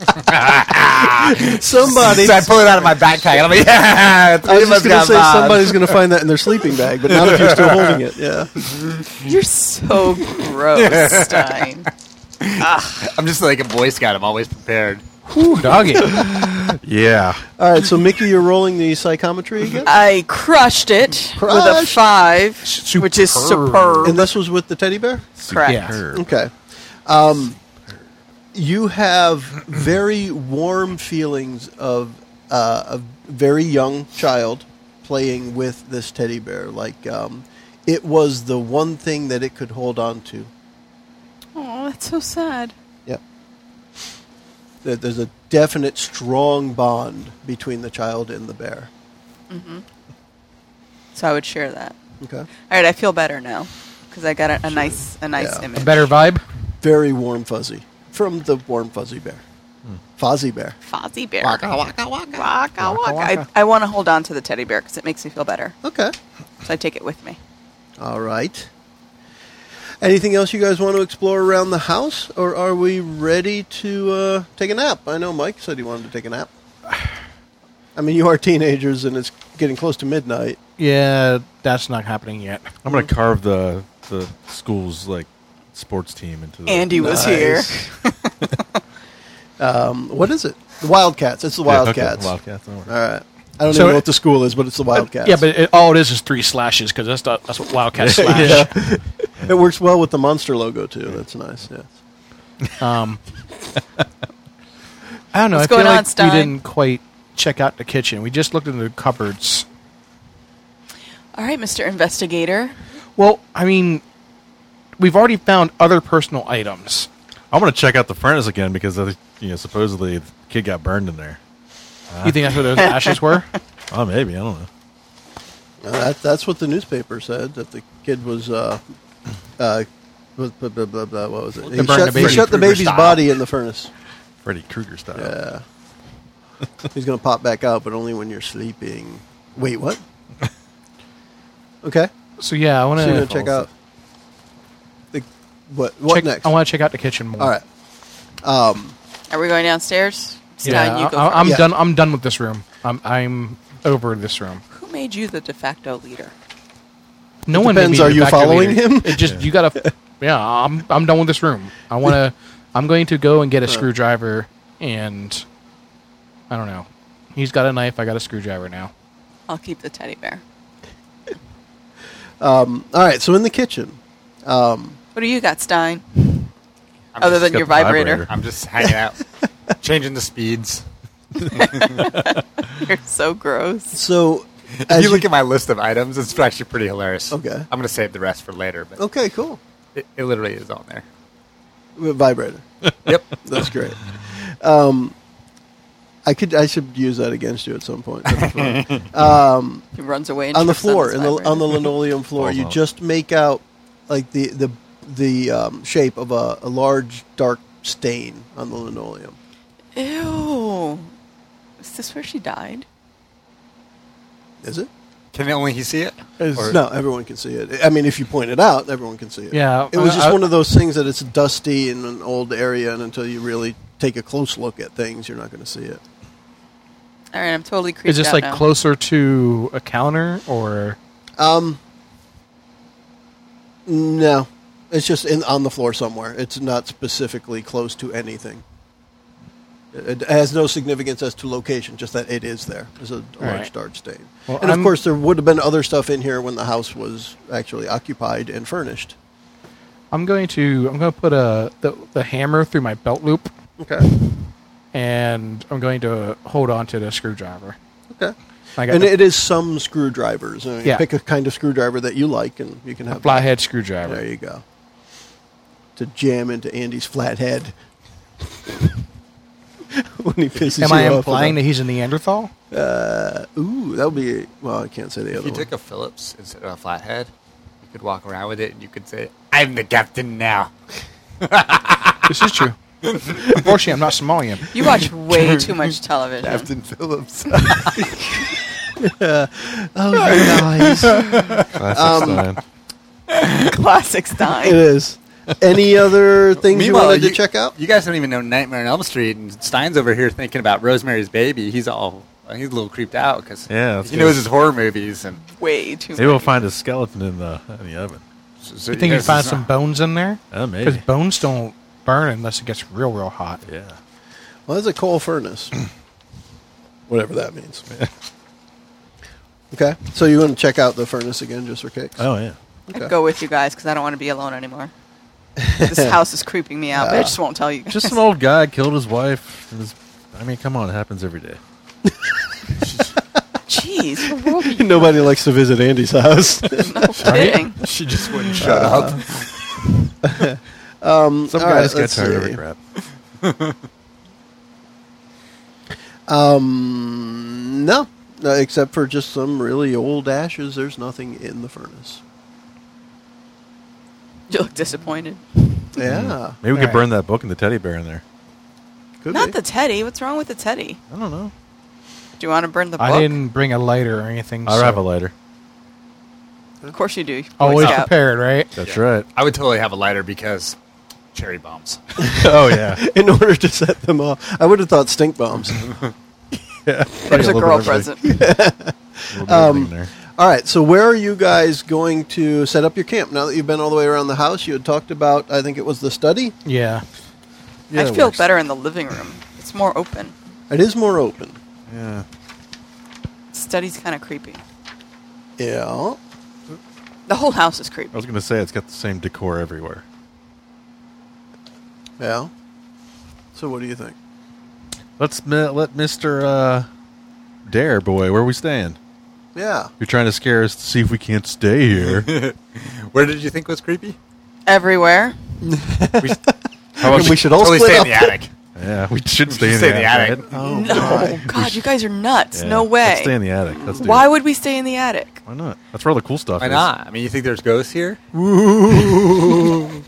Speaker 1: Somebody.
Speaker 5: so I pull it out of my backpack and I'm like, yeah,
Speaker 1: I
Speaker 5: three
Speaker 1: was
Speaker 5: of
Speaker 1: just
Speaker 5: us
Speaker 1: going
Speaker 5: got
Speaker 1: to say
Speaker 5: vibes.
Speaker 1: somebody's going to find that in their sleeping bag, but not if you're still holding it. Yeah.
Speaker 4: You're so gross, Stein.
Speaker 5: I'm just like a Boy Scout. I'm always prepared.
Speaker 2: Whew, doggy.
Speaker 3: Yeah.
Speaker 1: All right. So Mickey, you're rolling the psychometry again,
Speaker 4: I crushed it with a
Speaker 1: Crushed.
Speaker 4: five,
Speaker 2: Superb.
Speaker 4: which is superb.
Speaker 1: and this was with the teddy bear.
Speaker 4: Correct.
Speaker 2: Yeah.
Speaker 1: Okay. Um, you have very warm feelings of uh, a very young child playing with this teddy bear. Like um, it was the one thing that it could hold on to.
Speaker 4: Oh, that's so sad.
Speaker 1: Yep. There- There's a definite strong bond between the child and the bear.
Speaker 4: So I would share that.
Speaker 1: Okay.
Speaker 4: All right, I feel better now because I got a, a nice, a nice
Speaker 1: Yeah.
Speaker 2: A
Speaker 4: image.
Speaker 2: better vibe.
Speaker 1: Very warm fuzzy from the warm fuzzy bear. Fuzzy bear.
Speaker 4: Fozzie bear.
Speaker 1: Waka,
Speaker 4: waka, waka, waka,
Speaker 2: Waka,
Speaker 4: I,
Speaker 2: waka.
Speaker 4: I want to hold on to the teddy bear because it makes me feel better.
Speaker 1: Okay.
Speaker 4: So I take it with me.
Speaker 1: All right. Anything else you guys want to explore around the house, or are we ready to uh, take a nap? I know Mike said he wanted to take a nap. I mean, you are teenagers, and it's getting close to midnight.
Speaker 2: Yeah, that's not happening yet.
Speaker 3: I'm gonna carve the the school's like sports team into the
Speaker 4: Andy was here.
Speaker 1: Nice. Um, what is it? The Wildcats. It's the
Speaker 3: Yeah, okay,
Speaker 1: Wildcats.
Speaker 3: Wildcats. don't worry.
Speaker 1: All right. I don't even
Speaker 2: So
Speaker 1: know
Speaker 2: it-
Speaker 1: what the school is, but it's the Wildcats.
Speaker 2: Uh, Yeah, but it, all it is is three slashes because that's the, that's what Wildcat slash.
Speaker 1: Yeah. it works well with the monster logo too. That's nice. Yeah.
Speaker 2: Um, I don't know.
Speaker 4: What's
Speaker 2: I feel
Speaker 4: going on,
Speaker 2: like
Speaker 4: Stein?
Speaker 2: we didn't quite check out the kitchen. We just looked into the cupboards.
Speaker 4: All right, Mr. Investigator.
Speaker 2: Well, I mean, we've already found other personal items.
Speaker 3: I'm gonna check out the furnace again because I, think, you know supposedly the kid got burned in there.
Speaker 1: Ah.
Speaker 2: You think that's where those ashes were?
Speaker 3: Oh, maybe I don't know.
Speaker 1: Uh, that, that's what the newspaper said that the kid was. Uh, uh, was- blah, blah, blah, blah, what was it? He
Speaker 2: burned the
Speaker 1: shut, he
Speaker 2: baby
Speaker 1: shut the
Speaker 2: Krueger
Speaker 1: baby's
Speaker 2: style.
Speaker 1: body in the furnace.
Speaker 3: Freddy Krueger style.
Speaker 1: Yeah. He's going to pop back out, but only when you're sleeping. Wait, what? Okay.
Speaker 2: So yeah, I want
Speaker 1: So you're gonna
Speaker 2: to
Speaker 1: check out the what? What next?
Speaker 2: I want to check out the kitchen more.
Speaker 1: All right.
Speaker 4: Are we going downstairs?
Speaker 2: Yeah,
Speaker 4: Stein, you go
Speaker 2: I, am
Speaker 1: Yeah.
Speaker 2: done. I'm done with this room. I'm I'm over this room.
Speaker 4: first. Who made you the de facto leader?
Speaker 2: No
Speaker 1: It
Speaker 2: one made
Speaker 1: depends,
Speaker 2: me
Speaker 1: are
Speaker 2: the
Speaker 1: you
Speaker 2: factory
Speaker 1: following
Speaker 2: leader.
Speaker 1: him?
Speaker 2: It just you gotta. Yeah, I'm I'm done with this room. I want to. I'm going to go and get a screwdriver and I don't know. He's got a knife. I got a screwdriver now.
Speaker 4: I'll keep the teddy bear.
Speaker 1: Um, All right. So in the kitchen,
Speaker 4: What do you got, Stein?
Speaker 5: I'm
Speaker 4: Other
Speaker 5: just-
Speaker 4: than
Speaker 3: got
Speaker 4: your
Speaker 3: the vibrator.
Speaker 4: vibrator.
Speaker 5: I'm just hanging out, changing the speeds.
Speaker 4: You're so gross.
Speaker 1: so
Speaker 5: If
Speaker 1: as
Speaker 5: you look at my list of items, it's actually pretty hilarious.
Speaker 1: Okay.
Speaker 5: I'm gonna save the rest for later, but
Speaker 1: okay, cool.
Speaker 5: it, it literally is on there.
Speaker 1: Vibrator.
Speaker 5: Yep.
Speaker 1: That's great. Um, I could. I should use that against you at some point. That'd be fun.
Speaker 4: He runs away and
Speaker 1: on the
Speaker 4: trips on
Speaker 1: floor,
Speaker 4: his
Speaker 1: in the, on
Speaker 4: vibrator.
Speaker 1: the linoleum floor,
Speaker 3: Falls
Speaker 1: you
Speaker 3: out.
Speaker 1: just make out like the the the um, shape of a, a large dark stain on the linoleum.
Speaker 4: Ew. Is this where she died?
Speaker 1: Is it?
Speaker 5: Can only he see it? Or-
Speaker 1: no, everyone can see it. I mean, if you point it out, everyone can see it.
Speaker 2: Yeah,
Speaker 1: it was
Speaker 2: I-
Speaker 1: just
Speaker 2: I-
Speaker 1: one of those things that it's dusty in an old area, and until you really take a close look at things, you're not going to see it.
Speaker 4: All right, I'm totally creeped
Speaker 2: Is this
Speaker 4: out
Speaker 2: like
Speaker 4: now.
Speaker 2: closer to a counter or?
Speaker 1: Um, No, it's just in on the floor somewhere. It's not specifically close to anything. It it has no significance as to location, just that it is there. It's a large
Speaker 2: right.
Speaker 1: dark stain.
Speaker 2: Well,
Speaker 1: and of
Speaker 2: I'm-
Speaker 1: course, there would have been other stuff in here when the house was actually occupied and furnished.
Speaker 2: I'm going to I'm going to put a the, the hammer through my belt loop
Speaker 1: Okay.
Speaker 2: and I'm going to hold on to the screwdriver.
Speaker 1: Okay.
Speaker 2: I got
Speaker 1: And
Speaker 2: the
Speaker 1: it is some screwdrivers. I mean,
Speaker 2: Yeah.
Speaker 1: Pick a kind of screwdriver that you like, and you can have
Speaker 2: flathead
Speaker 1: that.
Speaker 2: screwdriver.
Speaker 1: There you go. To jam into Andy's flat head when he pisses
Speaker 2: Am
Speaker 1: you
Speaker 2: I
Speaker 1: off
Speaker 2: implying that
Speaker 1: about-
Speaker 2: he's a Neanderthal?
Speaker 1: Ooh, that would be. Well, I can't say the
Speaker 5: If
Speaker 1: other
Speaker 5: you
Speaker 1: one.
Speaker 5: took a Phillips instead of a flathead, you could walk around with it and you could say, I'm the captain now.
Speaker 2: this is true. Unfortunately, I'm not Somalian.
Speaker 4: You watch way too much television.
Speaker 5: Phillips.
Speaker 1: oh, guys.
Speaker 3: Classic sign.
Speaker 4: Classic
Speaker 1: it
Speaker 4: Stein.
Speaker 1: is. Any other things you wanted to check out?
Speaker 5: You guys don't even know Nightmare on Elm Street, and Stein's over here thinking about Rosemary's Baby. He's all, he's a little creeped out because
Speaker 3: Yeah, that's
Speaker 5: he
Speaker 3: good.
Speaker 5: knows his horror movies. And
Speaker 4: Way too
Speaker 3: Maybe we'll
Speaker 4: much.
Speaker 3: find a skeleton in the in the oven.
Speaker 5: so, so
Speaker 2: You think you
Speaker 5: guys-
Speaker 2: find some bones in there?
Speaker 3: Oh, maybe.
Speaker 2: Because bones don't burn unless it gets real, real hot.
Speaker 3: Yeah.
Speaker 1: Well, there's a coal furnace. Whatever that means. okay. So you want to check out the furnace again just for kicks?
Speaker 3: Oh yeah.
Speaker 4: I'd go with you guys because I don't want to be alone anymore. this house is creeping me out, but I just won't tell you guys.
Speaker 3: Just some old guy killed his wife. and his- I mean, come on, it happens every day.
Speaker 4: Jeez, what world are you
Speaker 1: Nobody likes to visit Andy's house.
Speaker 4: kidding?
Speaker 5: She just wouldn't shut up.
Speaker 3: Some
Speaker 1: Mm, All right,
Speaker 3: guys get
Speaker 1: let's
Speaker 3: tired of
Speaker 1: see.
Speaker 3: it crap.
Speaker 1: Um, no, No, except for just some really old ashes. There's nothing in the furnace.
Speaker 4: You look disappointed.
Speaker 3: Hmm.
Speaker 1: Yeah,
Speaker 3: Mm. Maybe we could
Speaker 2: Alright.
Speaker 3: burn that book and the teddy bear in there.
Speaker 1: could
Speaker 4: Not
Speaker 1: be.
Speaker 4: the teddy. What's wrong with the teddy?
Speaker 3: I don't know.
Speaker 4: Do you want to burn the book?
Speaker 2: I didn't bring a lighter or anything.
Speaker 3: I'll
Speaker 2: so-
Speaker 3: have a lighter.
Speaker 4: Of course you do. Boy
Speaker 2: Always
Speaker 4: Scout.
Speaker 2: prepared, right?
Speaker 3: That's right.
Speaker 5: I would totally have a lighter because cherry bombs.
Speaker 3: oh yeah.
Speaker 1: in order to set them off, I would have thought stink bombs.
Speaker 4: There's a
Speaker 3: little bit
Speaker 4: girl
Speaker 3: of everything.
Speaker 4: present.
Speaker 3: We'll do everything in there.
Speaker 1: all right, so where are you guys going to set up your camp? Now that you've been all the way around the house, you had talked about. I think it was the study.
Speaker 2: Yeah.
Speaker 3: Yeah,
Speaker 4: I
Speaker 3: it
Speaker 4: feel
Speaker 3: works.
Speaker 4: better in the living room. It's more open.
Speaker 1: It is more open.
Speaker 3: Yeah.
Speaker 4: Study's kind of creepy.
Speaker 1: Yeah.
Speaker 4: The whole house is
Speaker 3: I
Speaker 4: creepy.
Speaker 3: was gonna say it's got the same decor everywhere.
Speaker 1: Yeah. So what do you think?
Speaker 3: Let's mi- let Mister uh, Dare Boy. Where we staying?
Speaker 1: Yeah.
Speaker 3: You're trying to scare us to see if we can't stay here.
Speaker 5: Where did you think was creepy?
Speaker 4: Everywhere.
Speaker 5: We,
Speaker 1: How about we should all
Speaker 5: totally
Speaker 1: split
Speaker 5: stay
Speaker 1: up.
Speaker 5: in the attic.
Speaker 3: yeah, we should stay, in,
Speaker 5: stay
Speaker 3: the
Speaker 5: in the
Speaker 3: attic.
Speaker 5: attic.
Speaker 3: Oh,
Speaker 4: No, God, you guys are nuts.
Speaker 3: yeah.
Speaker 4: No
Speaker 3: Let's stay in
Speaker 4: way.
Speaker 3: the attic. Let's do
Speaker 4: Why
Speaker 3: it.
Speaker 4: would we stay in the attic?
Speaker 3: Why not? That's where all the cool stuff
Speaker 5: Why
Speaker 3: is.
Speaker 5: not? I mean, you think there's ghosts here?
Speaker 3: And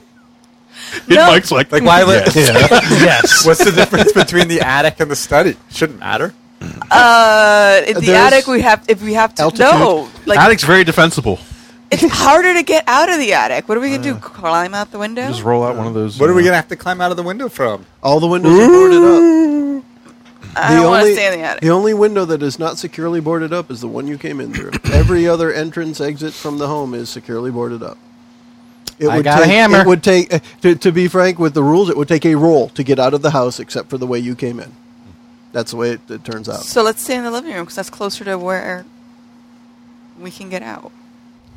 Speaker 4: No.
Speaker 3: Mike's like,
Speaker 5: Like, why would-
Speaker 3: yes. yes.
Speaker 5: What's the difference between the attic and the study? Shouldn't matter.
Speaker 4: Uh, in the
Speaker 1: There's
Speaker 4: attic, we have if we have to
Speaker 1: altitude.
Speaker 4: no. Like
Speaker 3: Attic's very defensible.
Speaker 4: It's harder to get out of the attic. What are we gonna do? Climb out the window?
Speaker 3: Uh, Just roll out one of those.
Speaker 5: What are we
Speaker 3: uh,
Speaker 5: gonna have to climb out of the window from?
Speaker 1: All the windows are boarded up.
Speaker 4: I don't want to stay in the attic.
Speaker 1: the only window that is not securely boarded up is the one you came in through. Every other entrance exit from the home is securely boarded up. It
Speaker 2: I got a
Speaker 1: take,
Speaker 2: hammer.
Speaker 1: It would take, uh, to, to be frank with the rules, it would take a roll to get out of the house except for the way you came in. That's the way it, it turns out.
Speaker 4: So let's stay in the living room because that's closer to where we can get out.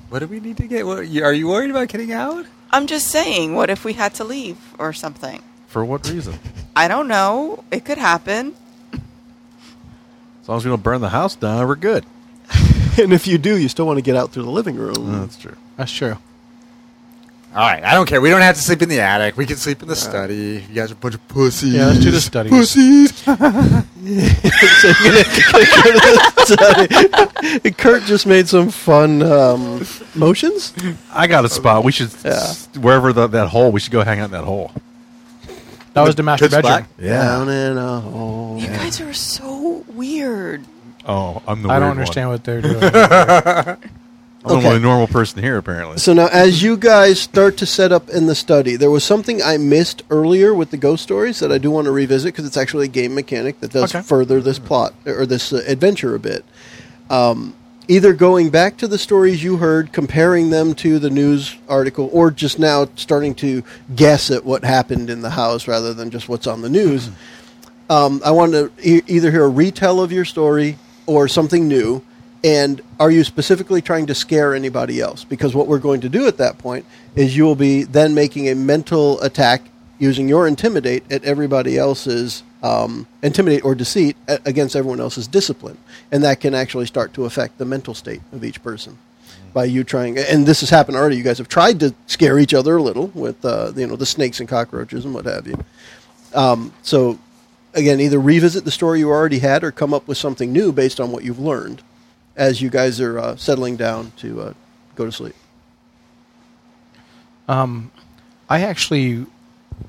Speaker 5: What do we need to get? What, are you worried about getting out?
Speaker 4: I'm just saying, what if we had to leave or something?
Speaker 3: For what reason?
Speaker 4: I don't know. It could happen.
Speaker 3: As long as we don't burn the house down, we're good.
Speaker 1: And if you do, you still want to get out through the living room.
Speaker 3: Uh, that's true.
Speaker 2: Oh, That's true.
Speaker 5: All right, I don't care. We don't have to sleep in the attic. We can sleep in the study. You guys are a bunch of pussies.
Speaker 2: Yeah, let's do the studies.
Speaker 5: Pussies.
Speaker 1: So you're gonna- gonna go to the side. Kurt just made some fun um, motions.
Speaker 3: I got a spot. We should s- wherever the, that hole. We should go hang out in that hole.
Speaker 2: That was the master
Speaker 5: Pitch
Speaker 2: bedroom.
Speaker 5: black.
Speaker 1: Down in a hole.
Speaker 4: You guys are so weird.
Speaker 3: Oh, I'm the.
Speaker 2: I don't
Speaker 3: weird
Speaker 2: understand
Speaker 3: One.
Speaker 2: what they're doing.
Speaker 3: I'm the
Speaker 1: Okay.
Speaker 3: only normal person here, apparently.
Speaker 1: So now, as you guys start to set up in the study, there was something I missed earlier with the ghost stories that I do want to revisit because it's actually a game mechanic that does
Speaker 2: Okay.
Speaker 1: further this plot or this uh, adventure a bit. Um, either going back to the stories you heard, comparing them to the news article, or just now starting to guess at what happened in the house rather than just what's on the news. Um, I want to e- either hear a retell of your story or something new. And are you specifically trying to scare anybody else? Because what we're going to do at that point is you will be then making a mental attack using your intimidate at everybody else's um, intimidate or deceit a- against everyone else's discipline. And that can actually start to affect the mental state of each person by you trying. And this has happened already. You guys have tried to scare each other a little with uh, you know the snakes and cockroaches and what have you. So, again, either revisit the story you already had or come up with something new based on what you've learned as you guys are uh, settling down to uh, go to sleep.
Speaker 2: I actually,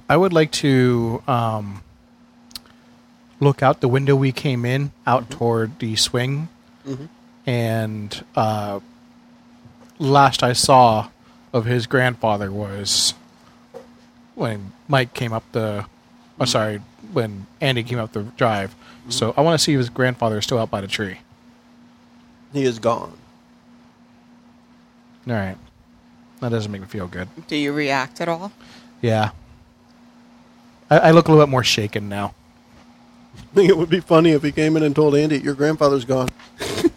Speaker 2: I would like to um, look out the window we came in, out toward the swing, and uh, last I saw of his grandfather was when Mike came up the, oh, sorry, when Andy came up the drive. So I want to see if his grandfather is still out by the tree.
Speaker 1: He is gone.
Speaker 2: All right, that doesn't make me feel good.
Speaker 4: Do you react at all?
Speaker 2: Yeah, I, I look a little bit more shaken now.
Speaker 1: I think it would be funny if he came in and told Andy, Your grandfather's gone.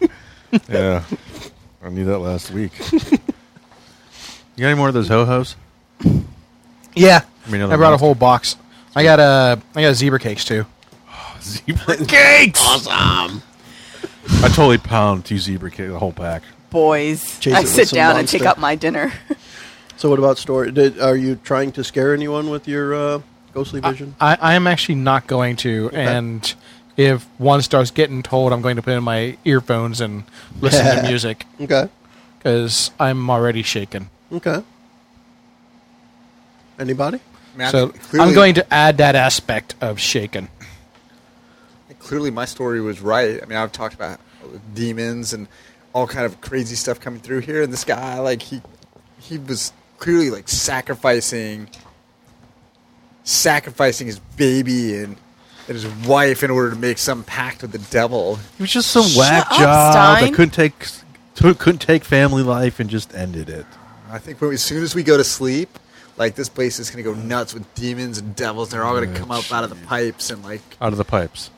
Speaker 3: yeah, I knew that last week. you got any more of those ho hos?
Speaker 2: Yeah,
Speaker 3: I mean,
Speaker 2: I brought a whole box. I got a I got zebra cakes too.
Speaker 3: zebra cakes. Awesome. I totally pound two zebra cakes, the whole pack.
Speaker 4: Boys,
Speaker 1: Chase it
Speaker 4: I
Speaker 1: with
Speaker 4: sit
Speaker 1: some
Speaker 4: down and take
Speaker 1: monster.
Speaker 4: up my dinner.
Speaker 1: So, what about story? Did, are you trying to scare anyone with your uh, ghostly vision?
Speaker 2: I, I am actually not going to, and if one starts getting told, I'm going to put in my earphones and listen to music
Speaker 1: okay.
Speaker 2: because I'm already shaken.
Speaker 1: Okay. Anybody?
Speaker 5: Man,
Speaker 2: so
Speaker 5: clearly-
Speaker 2: I'm going to add that aspect of shaken.
Speaker 5: clearly my story was right. I mean, I've talked about demons and all kind of crazy stuff coming through here, and this guy, like he, he was clearly like sacrificing, sacrificing his baby and, and his wife in order to make some pact with the devil.
Speaker 3: It was just some whack
Speaker 4: up,
Speaker 3: job
Speaker 4: Stein.
Speaker 3: that couldn't take t- couldn't take family life and just ended it.
Speaker 5: I think when we, as soon as we go to sleep, like this place is gonna go nuts with demons and devils. They're all gonna come up out of the pipes and like.
Speaker 3: Out of the pipes.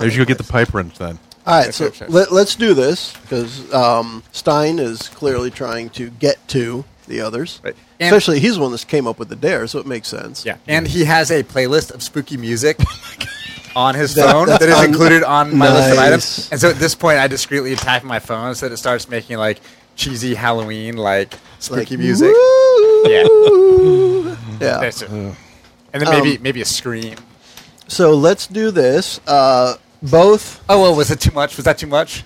Speaker 3: Maybe you should go get the pipe wrench then.
Speaker 1: All right,
Speaker 5: Check,
Speaker 1: so
Speaker 5: check, check.
Speaker 1: Let, let's do this because um, Stein is clearly trying to get to the others.
Speaker 5: Right. And-
Speaker 1: Especially, he's the one that came up with the dare, so it makes sense.
Speaker 5: Yeah, and he has a playlist of spooky music on his
Speaker 1: Oh That-
Speaker 5: phone
Speaker 1: that's
Speaker 5: that is
Speaker 1: un-
Speaker 5: included on my list of
Speaker 1: Nice.
Speaker 5: items. And so at this point, I discreetly tap my phone so that it starts making like cheesy Halloween like
Speaker 1: Like,
Speaker 5: spooky music. Mm-hmm.
Speaker 1: "Woo!" Oh.
Speaker 5: Yeah,
Speaker 1: Yeah.
Speaker 5: that's it. and then maybe
Speaker 1: Um,
Speaker 5: maybe a scream.
Speaker 1: So let's do this. Uh, both.
Speaker 5: Oh well, was it too much? Was that too much?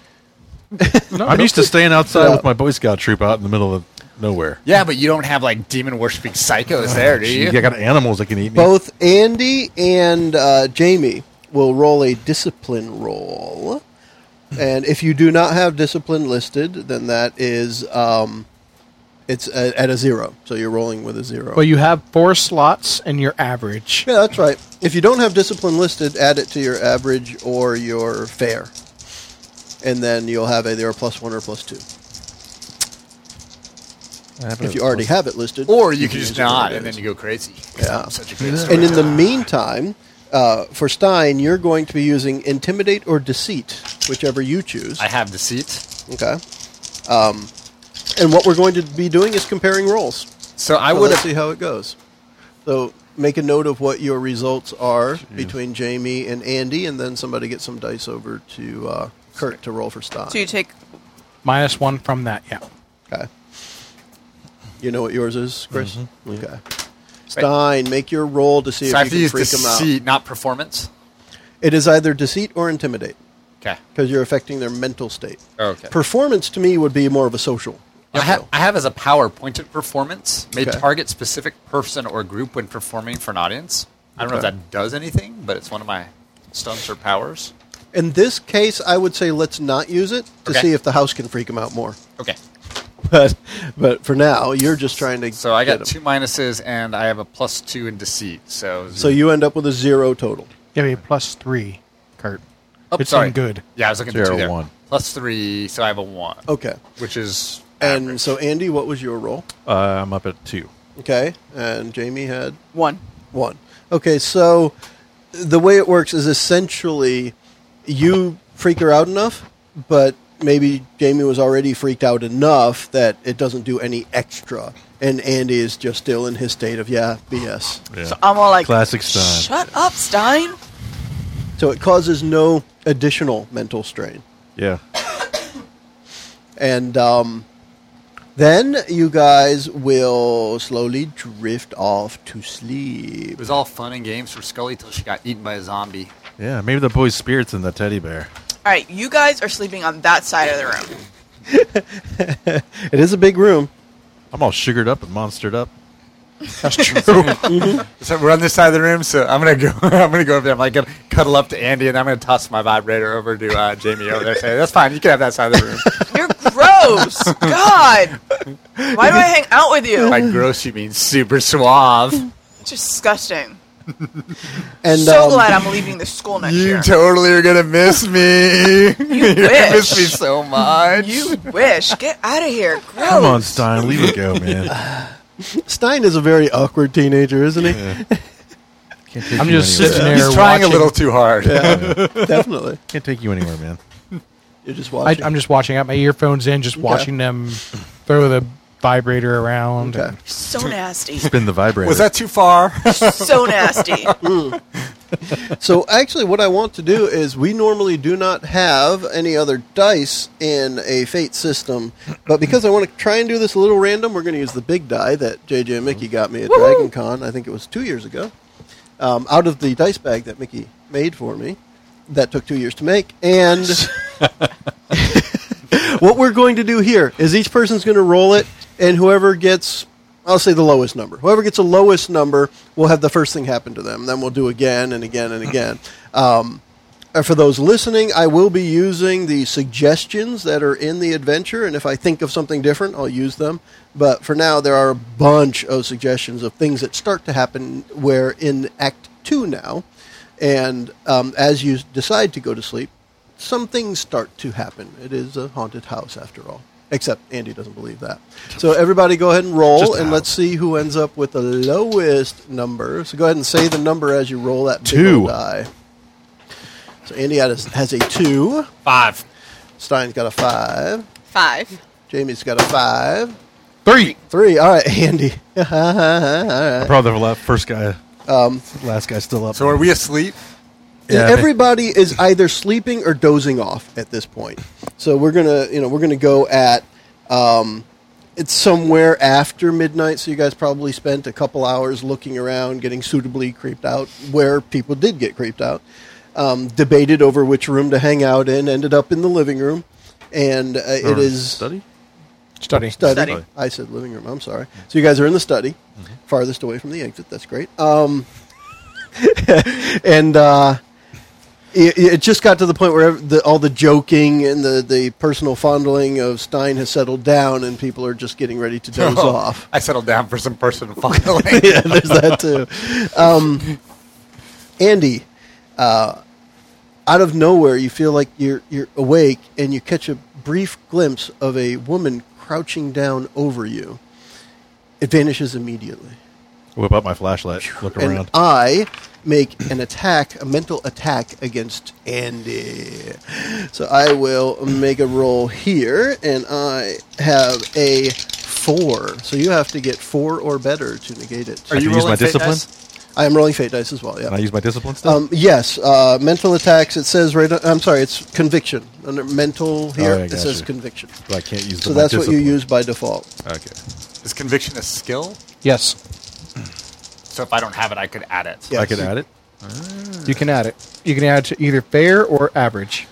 Speaker 3: I'm used to staying outside
Speaker 1: Yeah.
Speaker 3: with my Boy Scout troop out in the middle of nowhere.
Speaker 5: Yeah, but you don't have like demon worshipping
Speaker 1: Oh,
Speaker 5: psychos there, do you?
Speaker 3: I got animals that can eat me.
Speaker 1: Both Andy and uh, Jamie will roll a discipline roll. And if you do not have discipline listed, then that is um, It's at, at a zero, so you're rolling with a zero.
Speaker 2: Well, you have four slots and your average.
Speaker 1: yeah, that's right. If you don't have discipline listed, add it to your average or your fair, and then you'll have either a plus one or a plus two. If you already have it listed,
Speaker 5: Or you can
Speaker 1: use
Speaker 5: just
Speaker 1: it when
Speaker 5: not,
Speaker 1: it
Speaker 5: and
Speaker 1: is.
Speaker 5: then you go crazy.
Speaker 1: Yeah.
Speaker 5: I'm such a great
Speaker 1: And in
Speaker 5: storyteller.
Speaker 1: the meantime, uh, for Stein, you're going to be using intimidate or deceit, whichever you choose.
Speaker 5: I have deceit.
Speaker 1: Okay. Um, and what we're going to be doing is comparing roles.
Speaker 5: So I
Speaker 1: So
Speaker 5: would
Speaker 1: let's
Speaker 5: have.
Speaker 1: see how it goes. So make a note of what your results are between Jamie and Andy, and then somebody get some dice over to uh, Kurt to roll for Stein.
Speaker 4: So you take
Speaker 2: Minus one from that, yeah.
Speaker 1: Okay. You know what yours is, Chris? Okay. Stein, make your roll to see
Speaker 5: So Mm-hmm. I
Speaker 1: if
Speaker 5: have to
Speaker 1: you can
Speaker 5: use
Speaker 1: freak them out.
Speaker 5: deceit, not performance.
Speaker 1: It is either deceit or intimidate
Speaker 5: Okay.
Speaker 1: because you're affecting their mental state.
Speaker 5: Okay.
Speaker 1: Performance to me would be more of a social.
Speaker 5: I have,
Speaker 1: So,
Speaker 5: I have as a power pointed performance may
Speaker 1: Okay.
Speaker 5: target specific person or group when performing for an audience. I don't know if
Speaker 1: Okay.
Speaker 5: that does anything, but it's one of my stunts or powers.
Speaker 1: In this case, I would say let's not use it to
Speaker 5: Okay.
Speaker 1: see if the house can freak them out more.
Speaker 5: Okay,
Speaker 1: But but for now, you're just trying to.
Speaker 5: so I
Speaker 1: get 'em.
Speaker 5: got two minuses and I have a plus two in deceit. So,
Speaker 1: So you end up with a zero total.
Speaker 2: Give me a plus three, Kurt.
Speaker 5: Oh,
Speaker 2: it's
Speaker 5: sorry.
Speaker 2: in good.
Speaker 5: Yeah, I was looking
Speaker 3: Zero,
Speaker 5: at two there.
Speaker 3: one.
Speaker 5: Plus three, so I have a one.
Speaker 1: Okay.
Speaker 5: which is
Speaker 1: And
Speaker 5: average.
Speaker 1: so Andy, what was your roll?
Speaker 3: Uh, I'm up at two.
Speaker 1: Okay. And Jamie had
Speaker 4: one.
Speaker 1: one. Okay, so the way it works is essentially you freak her out enough, but maybe Jamie was already freaked out enough that it doesn't do any extra. And Andy is just still in his state of, yeah, BS.
Speaker 3: Yeah.
Speaker 4: So I'm all like,
Speaker 3: Classic Stein.
Speaker 4: Shut up, Stein.
Speaker 1: So it causes no additional mental strain.
Speaker 3: yeah.
Speaker 1: And um, then you guys will slowly drift off to
Speaker 5: it
Speaker 1: sleep.
Speaker 5: was all fun and games for Scully till she got eaten by a zombie.
Speaker 3: Yeah. Maybe the boy's spirit's in the teddy bear.
Speaker 4: All right, you guys are sleeping on that side of the room.
Speaker 1: It is a big room.
Speaker 3: I'm all sugared up and monstered up.
Speaker 5: So we're on this side of the room, so I'm gonna go. I'm gonna go over there. I'm like gonna cuddle up to Andy, and I'm gonna toss my vibrator over to uh, Jamie over there. and Say, that's fine. You can have that side of the room.
Speaker 4: You're gross. God. Why do I hang out with you?
Speaker 5: By gross, you mean super suave.
Speaker 4: It's disgusting.
Speaker 1: And
Speaker 4: so
Speaker 1: um,
Speaker 4: glad I'm leaving this school next
Speaker 5: You
Speaker 4: year.
Speaker 5: totally are gonna miss me. You are gonna miss me
Speaker 4: wish.
Speaker 5: so much.
Speaker 4: you wish. Get out of here. Gross.
Speaker 3: Come on, Stein, leave it go, man.
Speaker 1: Stein is a very awkward teenager, isn't he?
Speaker 3: Can't take
Speaker 2: I'm
Speaker 3: you
Speaker 2: just
Speaker 3: anywhere.
Speaker 2: sitting there
Speaker 5: He's trying a
Speaker 2: watching-
Speaker 5: little too hard.
Speaker 1: Definitely.
Speaker 3: Can't take you anywhere, man.
Speaker 1: You're just
Speaker 2: I,
Speaker 1: watching.
Speaker 2: I'm just watching. I got my earphones in, just watching them throw the vibrator around.
Speaker 1: Okay.
Speaker 4: So nasty.
Speaker 3: Spin the vibrator.
Speaker 5: Was that too far?
Speaker 4: So nasty.
Speaker 1: So actually, what I want to do is we normally do not have any other dice in a fate system, but because I want to try and do this a little random, we're going to use the big die that JJ and Mickey got me at Dragon Con. I think it was two years ago, um, out of the dice bag that Mickey made for me. That took two years to make, and what we're going to do here is each person's going to roll it, and whoever gets, I'll say the lowest number. Whoever gets the lowest number will have the first thing happen to them. Then we'll do again and again and again. Um, uh, for those listening, I will be using the suggestions that are in the adventure, and if I think of something different, I'll use them. But for now, there are a bunch of suggestions of things that start to happen where in Act Two now, and um, as you decide to go to sleep, some things start to happen. It is a haunted house, after all. Except Andy doesn't believe that. So everybody, go ahead and roll,
Speaker 3: Just a
Speaker 1: and
Speaker 3: house.
Speaker 1: let's see who ends up with the lowest number. So go ahead and say the number as you roll that big
Speaker 3: Two.
Speaker 1: old die. So Andy has, has a two.
Speaker 5: Five.
Speaker 1: Stein's got a five.
Speaker 4: Five.
Speaker 1: Jamie's got a five.
Speaker 2: Three.
Speaker 1: Three. All right, Andy. All right.
Speaker 3: probably the la- first guy? last guy still up.
Speaker 5: So are we asleep?
Speaker 3: Yeah,
Speaker 1: everybody is either sleeping or dozing off at this point. So we're gonna, you know, we're gonna go at um, it's somewhere after midnight. So you guys probably spent a couple hours looking around, getting suitably creeped out where people did get creeped out. Um, debated over which room to hang out in. Ended up in the living room, and uh, it
Speaker 3: Or
Speaker 1: is
Speaker 3: study.
Speaker 2: Study.
Speaker 1: study.
Speaker 4: Study.
Speaker 1: I said living room. I'm sorry. So you guys are in the study, farthest away from the exit. That's great. Um, and uh, it, it just got to the point where ev- the, all the joking and the, the personal fondling of Stein has settled down, and people are just getting ready to doze
Speaker 5: Oh,
Speaker 1: off.
Speaker 5: I settled down for some person finally.
Speaker 1: yeah, there's that too. Um, Andy, uh, out of nowhere, you feel like you're you're awake, and you catch a brief glimpse of a woman crouching down over you. It vanishes immediately,
Speaker 3: Whip out my flashlight. Look
Speaker 1: and
Speaker 3: around.
Speaker 1: I make an attack, a mental attack against Andy. So I will make a roll here, and I have a four. So you have to get four or better to negate it.
Speaker 3: I can use
Speaker 5: rolling
Speaker 3: my
Speaker 5: fate
Speaker 3: discipline.
Speaker 5: dice?
Speaker 1: I am rolling fate dice as well. Yeah.
Speaker 3: Can I use my discipline stuff?
Speaker 1: Um, yes, uh, mental attacks. It says right. I'm sorry. It's conviction under mental here.
Speaker 3: Oh, I
Speaker 1: it
Speaker 3: got
Speaker 1: says
Speaker 3: you.
Speaker 1: conviction.
Speaker 3: But I can't use.
Speaker 1: So
Speaker 3: the- my
Speaker 1: that's what you
Speaker 3: discipline.
Speaker 1: use by default.
Speaker 3: Okay.
Speaker 5: Is conviction a skill?
Speaker 2: Yes,
Speaker 5: So if I don't have it, I could add it.
Speaker 1: Yes.
Speaker 3: I can add it.
Speaker 2: you can add it. You can add it to either fair or average.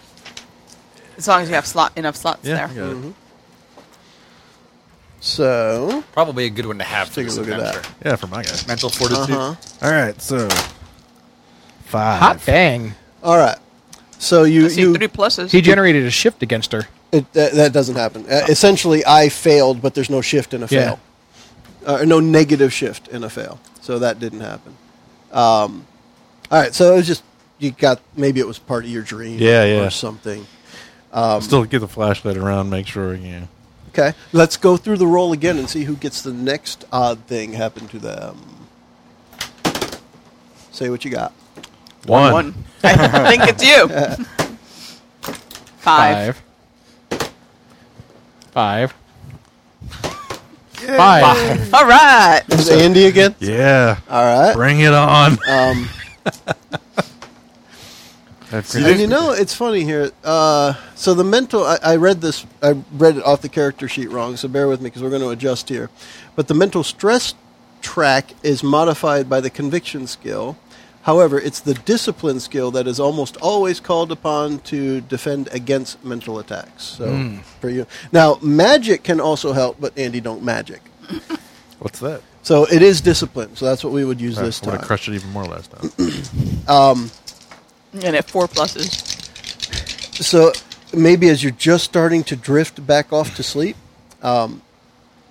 Speaker 4: As long as you have slot enough slots
Speaker 3: Yeah. I
Speaker 4: there.
Speaker 3: got it.
Speaker 1: So
Speaker 5: Probably a good one to have.
Speaker 1: Take a
Speaker 5: this
Speaker 1: look at
Speaker 5: adventure.
Speaker 3: Yeah, for my guy.
Speaker 5: Mental fortitude.
Speaker 1: Uh-huh.
Speaker 3: All right, so five.
Speaker 2: Hot dang!
Speaker 1: all right. So you
Speaker 4: I see
Speaker 1: you
Speaker 4: three pluses.
Speaker 2: He generated a shift against her.
Speaker 1: it, that, that doesn't happen.
Speaker 3: Oh.
Speaker 1: Uh, essentially, I failed, but there's no shift in a
Speaker 2: Yeah.
Speaker 1: fail. Uh, no negative shift in a fail. So that didn't happen. Um, all right. So it was just you got maybe it was part of your dream.
Speaker 3: Yeah,
Speaker 1: or
Speaker 3: yeah.
Speaker 1: something.
Speaker 3: Still get the flashlight around, make sure. Yeah.
Speaker 1: Okay. Let's go through the roll again and see who gets the next odd thing happen to them. Say what you got.
Speaker 3: One.
Speaker 4: I think it's you. Five.
Speaker 2: Five. Five. Five.
Speaker 4: All right.
Speaker 1: Is it Andy again?
Speaker 3: Yeah.
Speaker 1: All right.
Speaker 3: Bring it on.
Speaker 1: Um,
Speaker 3: That's
Speaker 1: and you know, it's funny here. Uh, so the mental, I, I read this, I read it off the character sheet wrong, so bear with me because we're going to adjust here. But the mental stress track is modified by the conviction skill. However, it's the discipline skill that is almost always called upon to defend against mental attacks. So for you now, magic can also help, but Andy don't magic.
Speaker 3: What's that?
Speaker 1: So it is discipline. So that's what we would use this
Speaker 3: I would
Speaker 1: time.
Speaker 3: have crushed it even more last time.
Speaker 4: And at four pluses.
Speaker 1: so maybe as you're just starting to drift back off to sleep, um,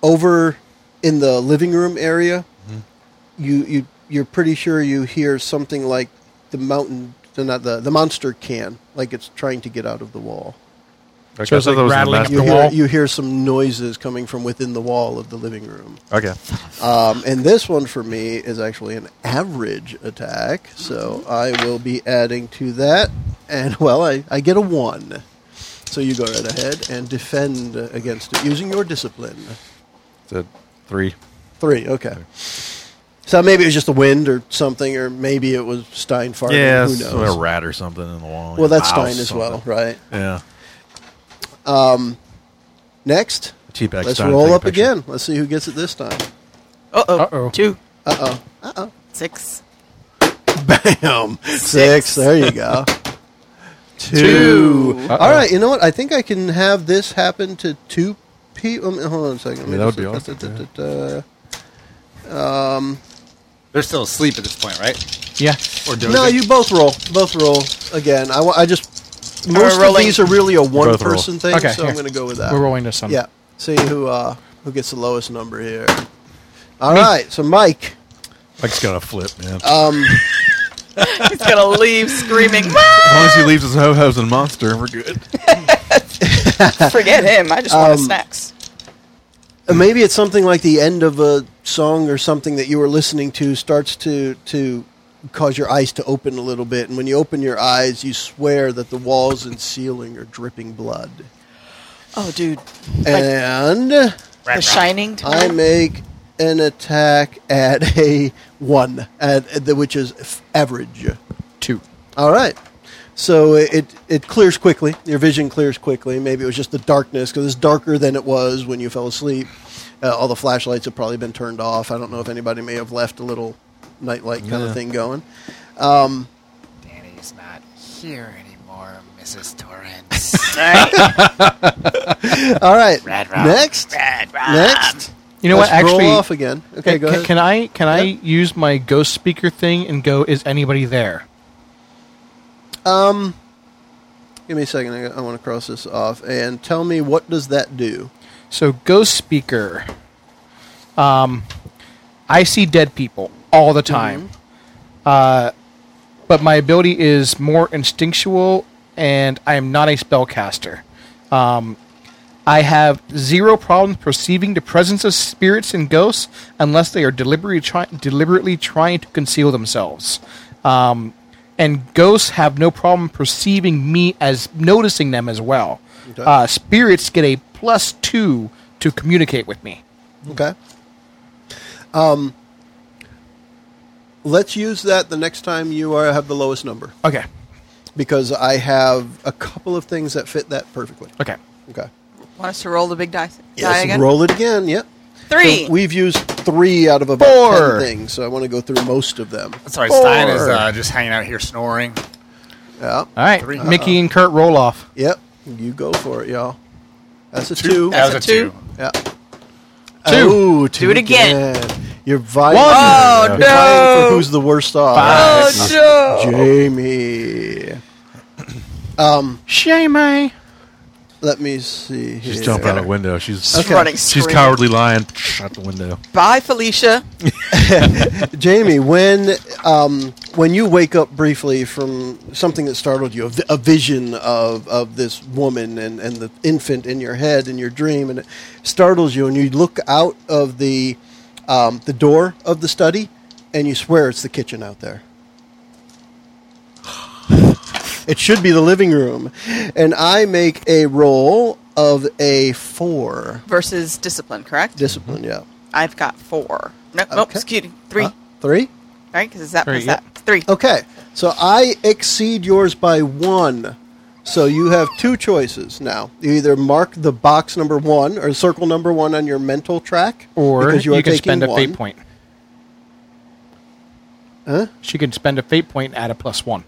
Speaker 1: over in the living room area,
Speaker 2: Mm-hmm.
Speaker 1: you you you're pretty sure you hear something like the mountain, not the the monster can, like it's trying to get out of the wall.
Speaker 3: Okay,
Speaker 2: So it's like
Speaker 3: that was the
Speaker 2: rattling
Speaker 3: last
Speaker 2: up
Speaker 1: You
Speaker 2: the
Speaker 3: one.
Speaker 1: hear,
Speaker 2: wall?
Speaker 1: you hear some noises coming from within the wall of the living room.
Speaker 3: Okay.
Speaker 1: Um, and this one for me is actually an average attack, so I will be adding to that. And well, I, I get a one. So you go right ahead and defend against it using your discipline.
Speaker 3: It's a three.
Speaker 1: Three, okay. So maybe it was just the wind or something, or maybe it was Stein farting.
Speaker 3: Yeah,
Speaker 1: who
Speaker 3: it's a
Speaker 1: knows?
Speaker 3: rat or something in the wall.
Speaker 1: Well, that's
Speaker 3: Mouse,
Speaker 1: Stein as well,
Speaker 3: something.
Speaker 1: right?
Speaker 3: Yeah.
Speaker 1: Next,
Speaker 3: Teabag
Speaker 1: let's
Speaker 3: Stein,
Speaker 1: roll
Speaker 3: take a
Speaker 1: up
Speaker 3: picture.
Speaker 1: again. Let's see who gets it this time.
Speaker 4: Uh oh.
Speaker 2: Uh-oh.
Speaker 4: Two.
Speaker 1: Uh oh. Uh oh.
Speaker 4: Six.
Speaker 1: Bam. Six.
Speaker 4: Six.
Speaker 1: There you go.
Speaker 4: Two.
Speaker 1: All right. You know what? I think I can have this happen to two people. hold on a second.
Speaker 3: Yeah, that would be awesome,
Speaker 1: da-
Speaker 5: They're still asleep at this point, right?
Speaker 2: Yeah.
Speaker 5: Or
Speaker 1: da-
Speaker 5: dozing?
Speaker 1: No, you both roll. Both roll again. I, wa- I just most of
Speaker 4: rolling.
Speaker 1: these are really a one
Speaker 3: Both roll.
Speaker 1: person thing,
Speaker 2: Okay,
Speaker 1: so I'm
Speaker 2: here.
Speaker 1: going to go with that.
Speaker 2: We're rolling this one.
Speaker 1: Yeah. See who uh, who gets the lowest number here. All right. So Mike.
Speaker 3: Mike's got a flip, man.
Speaker 1: Um,
Speaker 4: He's gonna leave screaming.
Speaker 3: as long as he leaves his ho hos and monster, we're good.
Speaker 4: Forget him. I just want
Speaker 1: Um,
Speaker 4: his snacks.
Speaker 1: Uh, maybe it's something like the end of a song or something that you were listening to starts to to cause your eyes to open a little bit and when you open your eyes you swear that the walls and ceiling are dripping blood
Speaker 4: Oh, dude.
Speaker 1: and
Speaker 4: The Shining. to
Speaker 1: i
Speaker 4: me?
Speaker 1: make an attack at a one at the, which is f- average
Speaker 2: Two.
Speaker 1: all right so it it clears quickly your vision clears quickly maybe it was just the darkness because it's darker than it was when you fell asleep uh, all the flashlights have probably been turned off i don't know if anybody may have left a little nightlight kind
Speaker 3: Yeah.
Speaker 1: of thing going Um,
Speaker 6: Danny's not here anymore, Mrs. Torrance.
Speaker 1: all right
Speaker 6: Rad rock.
Speaker 1: next
Speaker 6: Bad
Speaker 1: next
Speaker 2: You know
Speaker 1: Let's
Speaker 2: what? Actually,
Speaker 1: roll off again okay
Speaker 2: Hey,
Speaker 1: go
Speaker 2: can,
Speaker 1: ahead
Speaker 2: can I can I use my ghost speaker thing and go? Is anybody there?
Speaker 1: Um, give me a second. I, I want to cross this off and tell me what does that do?
Speaker 2: So ghost speaker. Um, I see dead people all the time, uh, but my ability is more instinctual, and I am not a spellcaster. Um, I have zero problems perceiving the presence of spirits and ghosts unless they are deliberately try- deliberately trying to conceal themselves. Um, and ghosts have no problem perceiving me as noticing them as well.
Speaker 1: Okay.
Speaker 2: Uh, spirits get a plus two to communicate with me.
Speaker 1: Okay. Um, let's use that the next time you are have the lowest number
Speaker 2: Okay.
Speaker 1: because I have a couple of things that fit that perfectly.
Speaker 2: Okay.
Speaker 1: Okay.
Speaker 4: Want us to roll the big dice? die
Speaker 1: Yes.
Speaker 4: again?
Speaker 1: Roll it again. Yep.
Speaker 4: Three.
Speaker 1: So we've used three out of about
Speaker 2: Four.
Speaker 1: ten things, so I want to go through most of them.
Speaker 6: Sorry, Stein is
Speaker 2: Four.
Speaker 6: uh, just hanging out here snoring.
Speaker 1: Yeah.
Speaker 2: All right.
Speaker 6: Three.
Speaker 2: Mickey and Kurt roll off.
Speaker 1: Yep. You go for it, y'all. That's a two.
Speaker 6: That was a
Speaker 4: That's a
Speaker 6: two.
Speaker 4: two.
Speaker 1: Yeah. Two. Oh.
Speaker 4: Do it again.
Speaker 1: You're vying.
Speaker 2: One.
Speaker 4: Oh,
Speaker 1: You're vying
Speaker 4: no.
Speaker 1: for who's the worst off.
Speaker 4: oh, no.
Speaker 1: Jamie. Um,
Speaker 2: Shame. eh?
Speaker 1: let me see.
Speaker 3: She's
Speaker 1: here.
Speaker 3: jumping out of window. She's
Speaker 1: Okay.
Speaker 4: Running
Speaker 3: she's
Speaker 4: screaming.
Speaker 3: cowardly lion out the window.
Speaker 4: Bye, Felicia.
Speaker 1: Jamie, when um, when you wake up briefly from something that startled you, a, vi- a vision of, of this woman and, and the infant in your head in your dream, and it startles you, and you look out of the um, the door of the study, and you swear it's the kitchen out there. It should be the living room, and I make a roll of a four
Speaker 4: Versus discipline, correct?
Speaker 1: discipline. Yeah,
Speaker 4: I've got four. No, nope,
Speaker 1: Okay.
Speaker 4: excuse me. Three.
Speaker 1: Huh? Oh. three.
Speaker 4: right? Because it's that
Speaker 2: Three,
Speaker 4: plus
Speaker 2: yep.
Speaker 4: that. Three.
Speaker 1: Okay, so I exceed yours by one. So you have two choices now. You either mark the box number one or circle number one on your mental track,
Speaker 2: Or
Speaker 1: because
Speaker 2: you,
Speaker 1: are
Speaker 2: can
Speaker 1: taking
Speaker 2: spend a
Speaker 1: one.
Speaker 2: fate point.
Speaker 1: Huh?
Speaker 2: She can spend a fate point and add a plus one.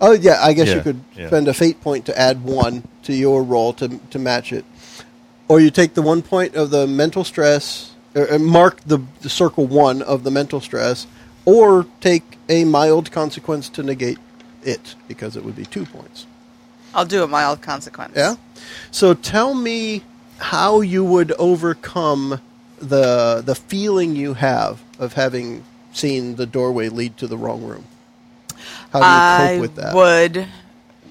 Speaker 1: Oh yeah, I guess you
Speaker 3: Yeah,
Speaker 1: could
Speaker 3: yeah.
Speaker 1: spend a fate point to add one to your roll to to match it, or you take the one point of the mental stress, or, uh, mark the, the circle one of the mental stress, or take a mild consequence to negate it because it would be two points.
Speaker 4: I'll do a mild consequence.
Speaker 1: Yeah. So tell me how you would overcome the the feeling you have of having seen the doorway lead to the wrong room. How do you
Speaker 4: I
Speaker 1: cope with that?
Speaker 4: would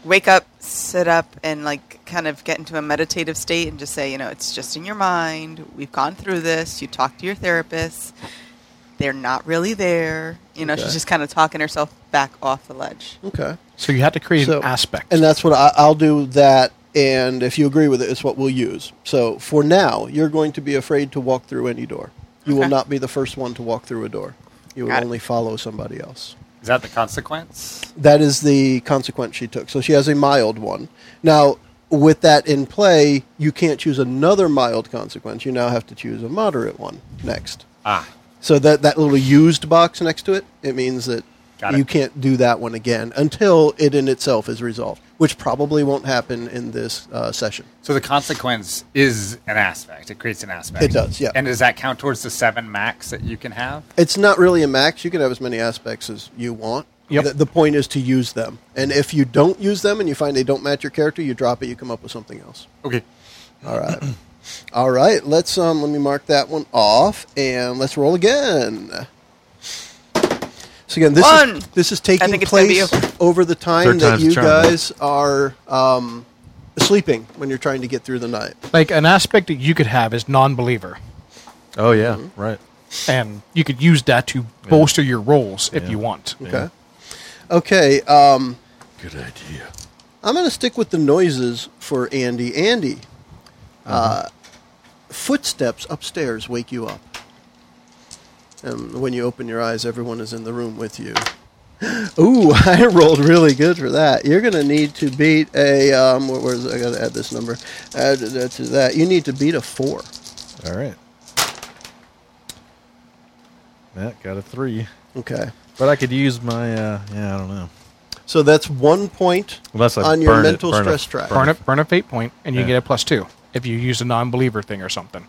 Speaker 4: wake up, sit up, and like kind of get into a meditative state and just say, you know, it's just in your mind. We've gone through this. You talk to your therapist. They're not really there. You know,
Speaker 1: Okay.
Speaker 4: she's just kind of talking herself back off the ledge.
Speaker 1: okay.
Speaker 2: So you have to create
Speaker 1: So-
Speaker 2: an aspect.
Speaker 1: And that's what I, I'll do. That and if you agree with it, it's what we'll use. So for now, you're going to be afraid to walk through any door. You will
Speaker 4: Okay.
Speaker 1: not be the first one to walk through a door. You will
Speaker 4: Got it.
Speaker 1: only follow somebody else.
Speaker 6: Is that the consequence?
Speaker 1: That is the consequence she took. So she has a mild one. Now, with that in play, you can't choose another mild consequence. You now have to choose a moderate one next.
Speaker 6: Ah,
Speaker 1: So that, that little used box next to it, it means that
Speaker 6: Got it.
Speaker 1: you can't do that one again until it in itself is resolved, which probably won't happen in this uh, session.
Speaker 6: so the consequence is an aspect. It creates an aspect.
Speaker 1: It does, yeah.
Speaker 6: And does that count towards the seven max that you can have?
Speaker 1: It's not really a max. You can have as many aspects as you want.
Speaker 2: Yep.
Speaker 1: The, the point is to use them. And if you don't use them and you find they don't match your character, you drop it, you come up with something else.
Speaker 6: Okay.
Speaker 1: All right. All right. Let's um let me mark that one off and let's roll again. So again, this
Speaker 4: One.
Speaker 1: is this is taking
Speaker 4: think it's gonna be
Speaker 1: place
Speaker 4: you.
Speaker 1: over the time
Speaker 3: Third
Speaker 1: that
Speaker 3: time's
Speaker 1: you
Speaker 3: the charm,
Speaker 1: guys are um, sleeping when you're trying to get through the night.
Speaker 2: like an aspect that you could have is non-believer,
Speaker 3: Oh yeah,
Speaker 1: Mm-hmm.
Speaker 3: right.
Speaker 2: and you could use that to bolster your roles if
Speaker 3: Yeah.
Speaker 2: you want.
Speaker 1: Okay. Okay. Um,
Speaker 3: Good idea.
Speaker 1: I'm going to stick with the noises for Andy. Andy, uh, footsteps upstairs wake you up. And when you open your eyes, everyone is in the room with you. Ooh, I rolled really good for that. You're going to need to beat a. Um, where, where's I got to add this number. Add that to that. You need to beat a four.
Speaker 3: All right. Matt got a three,
Speaker 1: Okay.
Speaker 3: but I could use my. Uh, yeah, I don't know.
Speaker 1: So that's one point
Speaker 3: Unless I
Speaker 1: on your
Speaker 3: burn it-
Speaker 1: mental
Speaker 3: burn a-
Speaker 1: stress track.
Speaker 2: Burn a burn a fate point, and you
Speaker 3: Yeah.
Speaker 2: get a plus two if you use a non-believer thing or something.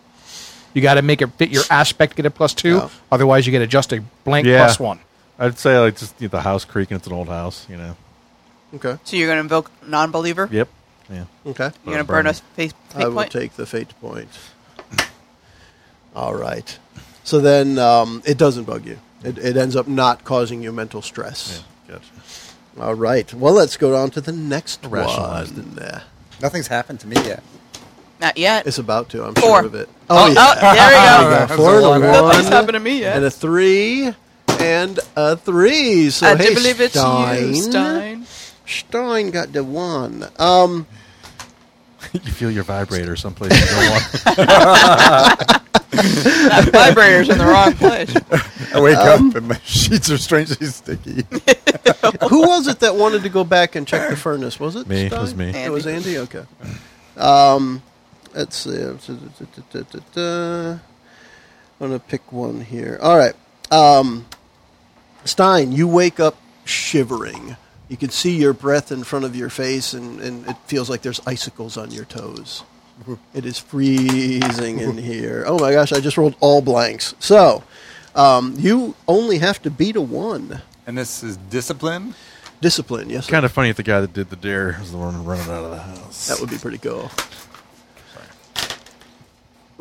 Speaker 2: You got to make it fit your aspect to get a plus two.
Speaker 1: Yeah.
Speaker 2: Otherwise, you get a just a blank
Speaker 3: Yeah.
Speaker 2: plus one.
Speaker 3: I'd say like just you know, the house creaking. It's an old house, you know.
Speaker 1: Okay.
Speaker 4: So you're going to invoke non-believer.
Speaker 3: Yep. Yeah.
Speaker 1: Okay.
Speaker 4: You're going to
Speaker 3: Burn
Speaker 4: burn a
Speaker 3: it.
Speaker 4: fate, fate
Speaker 1: I will
Speaker 4: point.
Speaker 1: take the fate point. All right. So then um, it doesn't bug you. It, it ends up not causing you mental
Speaker 3: Yeah.
Speaker 1: stress.
Speaker 3: Gotcha.
Speaker 1: All right. Well, let's go on to the next
Speaker 3: Rationalized
Speaker 1: one.
Speaker 5: Nothing's happened to me yet.
Speaker 4: Not yet.
Speaker 1: It's about to. I'm
Speaker 4: Four.
Speaker 1: sure of it.
Speaker 4: oh, oh, there we go.
Speaker 1: There you go. Four and a
Speaker 4: Nothing's
Speaker 1: one
Speaker 4: happened to me yet.
Speaker 1: and a three and a three. So
Speaker 4: I
Speaker 1: hey,
Speaker 4: do believe it's
Speaker 1: Stein.
Speaker 4: you, Stein.
Speaker 1: Stein got the one. Um,
Speaker 3: you feel your vibrator someplace you don't want.
Speaker 4: That vibrator's in the wrong place.
Speaker 5: I wake
Speaker 1: Um,
Speaker 5: up and my sheets are strangely sticky.
Speaker 1: who was it that wanted to go back and check the furnace? Was it
Speaker 3: Me. It
Speaker 1: Stein?
Speaker 3: was me.
Speaker 1: It was Andy. Okay. Um, let's see. I'm gonna pick one here. All right. Um, Stein, you wake up shivering. You can see your breath in front of your face, and, and it feels like there's icicles on your toes. It is freezing in here. Oh my gosh! I just rolled all blanks. So, um, you only have to beat a one.
Speaker 5: And this is discipline.
Speaker 1: Discipline, yes. sir.
Speaker 3: kind of funny if the guy that did the dare was the one running out of the house.
Speaker 1: That would be pretty cool.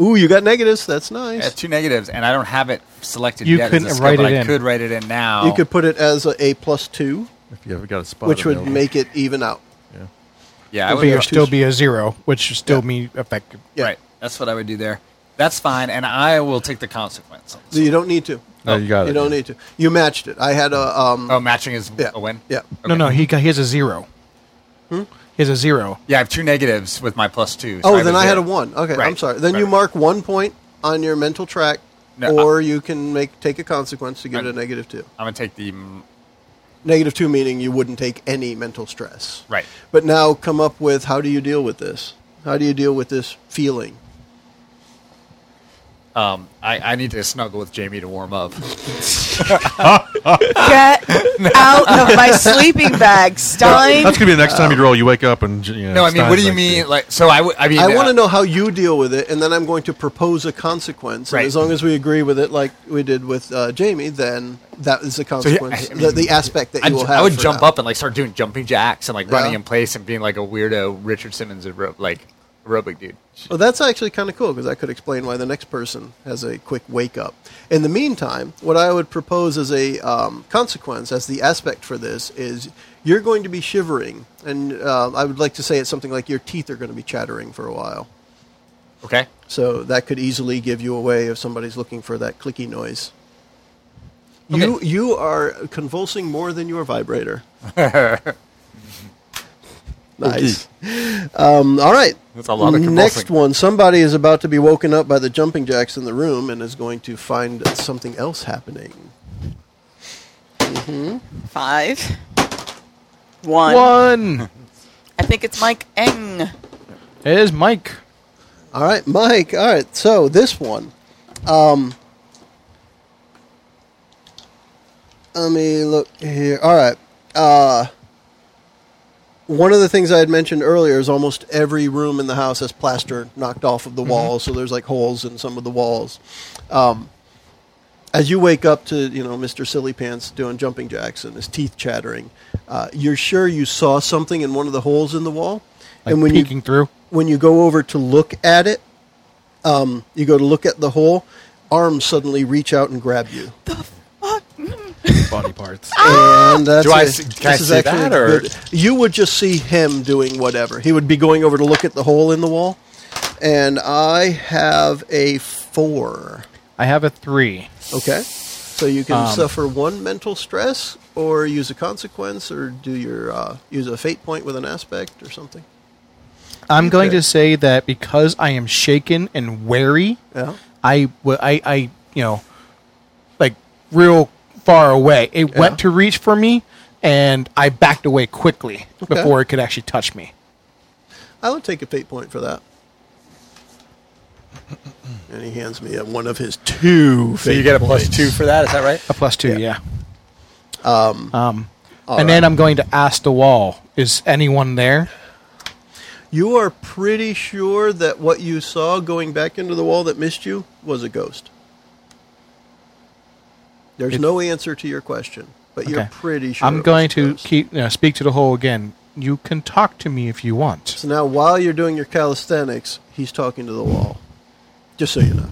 Speaker 1: Ooh, you got negatives. That's
Speaker 5: Yeah,
Speaker 1: nice.
Speaker 5: two negatives, and I don't have it selected
Speaker 2: You
Speaker 5: yet. as a
Speaker 2: couldn't
Speaker 5: skill,
Speaker 2: write
Speaker 5: but
Speaker 2: it
Speaker 5: I
Speaker 2: in.
Speaker 5: could write it in now.
Speaker 1: You could put it as a, a plus two,
Speaker 3: if you ever got a spot,
Speaker 1: which would
Speaker 3: available.
Speaker 1: make it even out.
Speaker 3: Yeah.
Speaker 5: Oh, yeah, I
Speaker 2: But
Speaker 5: would,
Speaker 2: you'll
Speaker 1: have
Speaker 2: still
Speaker 1: two-
Speaker 2: be a zero, which would still mean effective.
Speaker 1: Yeah.
Speaker 5: right. That's what I would do there. That's fine, and I will take the consequence.
Speaker 1: So you don't need to.
Speaker 3: No, you got it.
Speaker 1: You don't need to. You matched it. I had a um.
Speaker 5: Oh, matching is
Speaker 1: yeah.
Speaker 5: a win.
Speaker 1: Yeah.
Speaker 2: No,
Speaker 5: Okay.
Speaker 2: no, he got, he has a zero. He has a zero.
Speaker 5: Yeah, I have two negatives with my plus two. so
Speaker 1: Oh,
Speaker 5: have
Speaker 1: then I had a
Speaker 5: zero.
Speaker 1: one. Okay, I'm
Speaker 5: Right.
Speaker 1: sorry. Then you
Speaker 5: Right.
Speaker 1: mark one point on your mental track,
Speaker 5: No,
Speaker 1: or you can make take a consequence to give
Speaker 5: I-
Speaker 1: it a negative two.
Speaker 5: I'm gonna take the mm,
Speaker 1: Negative two meaning you wouldn't take any mental stress.
Speaker 5: right.
Speaker 1: But now come up with how do you deal with this? How do you deal with this feeling?
Speaker 5: Um, I, I need to snuggle with Jamie to warm up.
Speaker 4: Get out of my sleeping bag, Stein.
Speaker 3: That's gonna be the next time
Speaker 1: Uh,
Speaker 3: you roll. You wake up and you know,
Speaker 5: no, I mean, what
Speaker 3: Stein's
Speaker 5: do you
Speaker 3: like,
Speaker 5: mean? Like, so I would. I mean,
Speaker 1: I want to
Speaker 5: uh,
Speaker 1: know how you deal with it, and then I'm going to propose a consequence. And
Speaker 5: Right.
Speaker 1: as long as we agree with it, like we did with uh, Jamie, then that is the
Speaker 5: yeah,
Speaker 1: consequence,
Speaker 5: I- I
Speaker 1: the,
Speaker 5: mean,
Speaker 1: the aspect that
Speaker 5: I'd
Speaker 1: you will
Speaker 5: ju-
Speaker 1: have.
Speaker 5: I would
Speaker 1: for
Speaker 5: jump
Speaker 1: now.
Speaker 5: up and like start doing jumping jacks and like running
Speaker 1: Yeah.
Speaker 5: in place and being like a weirdo Richard Simmons aero- like aerobic dude.
Speaker 1: Well, that's actually kind of cool because I could explain why the next person has a quick wake up. In the meantime, what I would propose as a um, consequence, as the aspect for this, is you're going to be shivering, and uh, I would like to say it's something like your teeth are going to be chattering for a while.
Speaker 5: Okay.
Speaker 1: So that could easily give you away if somebody's looking for that clicky noise. You you are convulsing more than your vibrator. nice. Um, all right.
Speaker 5: That's a lot of convulsing.
Speaker 1: Next one. Somebody is about to be woken up by the jumping jacks in the room and is going to find something else happening.
Speaker 4: Five. One.
Speaker 2: One.
Speaker 4: I think it's Mike Eng.
Speaker 2: It is Mike.
Speaker 1: All right, Mike. All right. So this one. Um, let me look here. All right. Uh, one of the things I had mentioned earlier is almost every room in the house has plaster knocked off
Speaker 2: Mm-hmm.
Speaker 1: of the walls, so there's like holes in some of the walls. Um, as you wake up to you know Mr. Silly Pants doing jumping jacks and his teeth chattering, uh, you're sure you saw something in one of the holes in the wall.
Speaker 2: Like
Speaker 1: and when you
Speaker 2: peeking through.
Speaker 1: when you go over to look at it, um, you go to look at the hole, arms suddenly reach out and grab you.
Speaker 3: body parts.
Speaker 1: And that's
Speaker 5: Do I
Speaker 1: it.
Speaker 5: see- can
Speaker 1: This
Speaker 5: I
Speaker 1: is
Speaker 5: see
Speaker 1: actually
Speaker 5: that,
Speaker 1: a
Speaker 5: or-
Speaker 1: good- you would just see him doing whatever. He would be going over to look at the hole in the wall, and I have a four.
Speaker 2: I have a three.
Speaker 1: Okay, so you can
Speaker 5: Um,
Speaker 1: suffer one mental stress, or use a consequence, or do your uh, use a fate point with an aspect or something.
Speaker 2: I'm going to say that because I am shaken and wary,
Speaker 1: Yeah.
Speaker 2: I, w- I, I, you know, like real far away. It
Speaker 1: Yeah.
Speaker 2: went to reach for me, and I backed away quickly
Speaker 1: Okay.
Speaker 2: before it could actually touch me.
Speaker 1: I would take a fate point for that. And he hands me a, one of his two.
Speaker 5: So you get a plus two for that. Is that right?
Speaker 2: A plus two, yeah. Um,
Speaker 1: all
Speaker 2: and then I'm going to ask the wall: Is anyone there?
Speaker 1: You are pretty sure that what you saw going back into the wall that missed you was a ghost. There's
Speaker 2: It-
Speaker 1: no answer to your question. but you're
Speaker 2: Okay.
Speaker 1: pretty sure. it
Speaker 2: I'm
Speaker 1: was
Speaker 2: going to
Speaker 1: ghost.
Speaker 2: keep uh, speak to the hole again. You can talk to me if you want.
Speaker 1: So now, while you're doing your calisthenics, he's talking to the wall. Just so you know.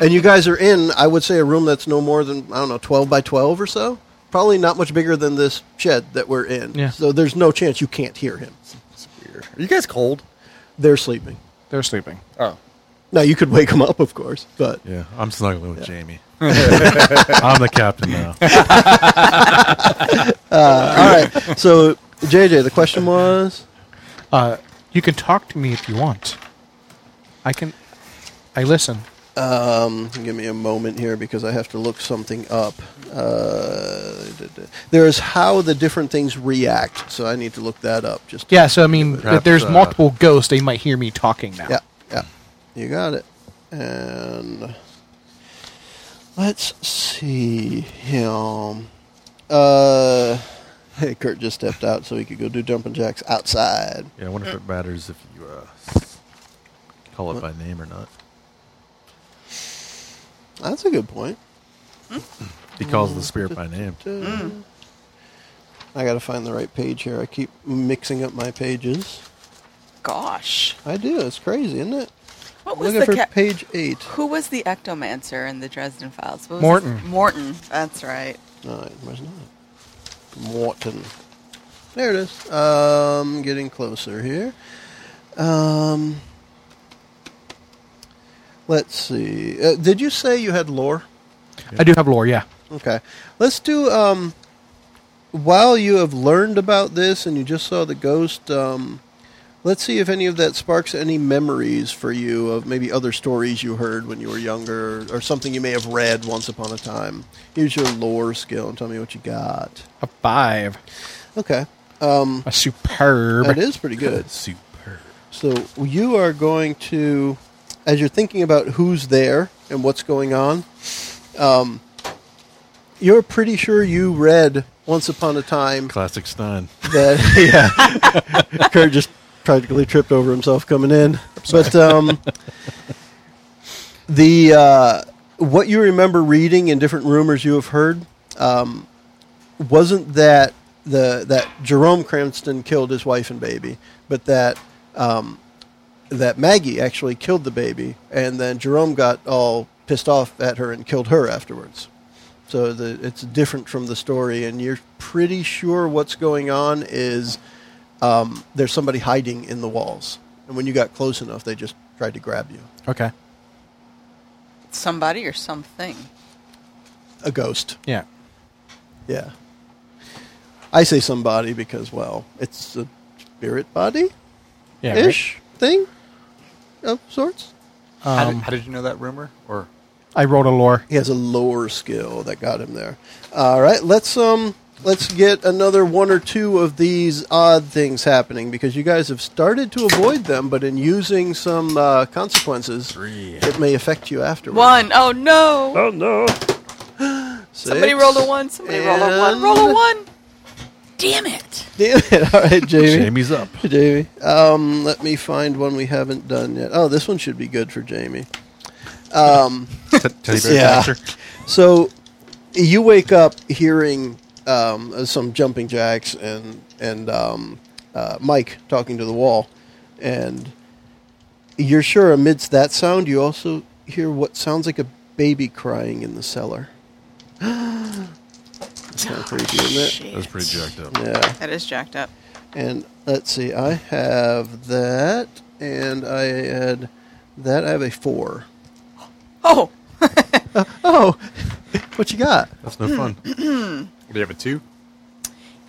Speaker 1: and you guys are in, I would say, a room that's no more than I don't know, twelve by twelve or so. Probably not much bigger than this shed that we're in.
Speaker 2: Yeah.
Speaker 1: So there's no chance you can't hear him.
Speaker 5: It's weird. Are you guys cold?
Speaker 1: They're sleeping.
Speaker 2: They're sleeping.
Speaker 5: Oh.
Speaker 1: Now you could wake him up, of course, but
Speaker 3: Yeah, I'm snuggling with Jamie. I'm the captain now.
Speaker 1: uh, all right. So JJ, the question was,
Speaker 2: Uh, you can talk to me if you want. I can. I listen.
Speaker 1: um, give me a moment here because I have to look something up. Uh, there is how the different things react, so I need to look that up. Just
Speaker 2: Yeah. So I mean, if
Speaker 3: Perhaps,
Speaker 2: there's
Speaker 3: uh,
Speaker 2: multiple ghosts, they might hear me talking now.
Speaker 1: Yeah, yeah. You got it. And let's see him. Uh, hey, Kurt just stepped out so he could go do jumping jacks outside.
Speaker 3: Yeah, I wonder if it matters if you uh, call it by name or not.
Speaker 1: That's a good point.
Speaker 3: He calls the spirit by name.
Speaker 4: Mm.
Speaker 1: Uh, I got to find the right page here. I keep mixing up my pages.
Speaker 4: Gosh.
Speaker 1: I do. It's crazy, isn't it?
Speaker 4: What was
Speaker 1: Looking for
Speaker 4: the ca-
Speaker 1: page eight.
Speaker 4: Who was the ectomancer in the Dresden Files? What was
Speaker 2: Morton.
Speaker 4: his- Morton. That's right.
Speaker 1: No, it was not. Morton. There it is. Um, getting closer here. Um, let's see. Uh, did you say you had lore?
Speaker 2: I do have lore. Yeah.
Speaker 1: Okay. Let's do. Um, while you have learned about this and you just saw the ghost, um, let's see if any of that sparks any memories for you of maybe other stories you heard when you were younger or something you may have read once upon a time. Use your lore skill and tell me what you got.
Speaker 2: A five.
Speaker 1: Okay. Um,
Speaker 2: A superb.
Speaker 1: that is pretty good.
Speaker 3: Super.
Speaker 1: So you are going to, as you're thinking about who's there and what's going on, um, you're pretty sure you read once upon a time
Speaker 3: Classic Stein.
Speaker 1: that yeah, Kurt just practically tripped over himself coming in. But um, the uh, what you remember reading and different rumors you have heard um, wasn't that the that Jerome Cranston killed his wife and baby, but that um, that Maggie actually killed the baby, and then Jerome got all pissed off at her and killed her afterwards. So the, it's different from the story, and you're pretty sure what's going on is um, there's somebody hiding in the walls. And when you got close enough, they just tried to grab you.
Speaker 2: Okay.
Speaker 4: Somebody or something.
Speaker 1: A ghost.
Speaker 2: Yeah.
Speaker 1: Yeah. I say somebody because, well, it's a spirit body
Speaker 2: Yeah. right?
Speaker 1: ish thing of sorts.
Speaker 5: How did-
Speaker 2: Um,
Speaker 5: how did you know that rumor? Or
Speaker 2: I rolled a lore.
Speaker 1: He has a lower skill that got him there. All right, let's um let's get another one or two of these odd things happening because you guys have started to avoid them, but in using some uh, consequences, it may affect you afterwards.
Speaker 4: One. Oh no.
Speaker 1: Six.
Speaker 4: Somebody roll a one. Somebody roll a one.
Speaker 1: And-
Speaker 4: Roll a one. Damn it.
Speaker 1: Damn it! All right, Jamie.
Speaker 3: Jamie's up.
Speaker 1: Jamie. Um, let me find one we haven't done yet. Oh, this one should be good for Jamie.
Speaker 3: Teddy bear
Speaker 1: Yeah.
Speaker 3: catcher.
Speaker 1: So you wake up hearing um, uh, some jumping jacks and and um, uh, Mike talking to the wall, and you're sure amidst that sound you also hear what sounds like a baby crying in the cellar. That's kind of creepy, isn't it?
Speaker 3: That's pretty jacked up.
Speaker 1: Yeah.
Speaker 4: That is jacked up.
Speaker 1: And let's see, I have that, and I had that. I have a four.
Speaker 4: Oh.
Speaker 1: Oh, what you got?
Speaker 3: That's no fun.
Speaker 5: do you have a two?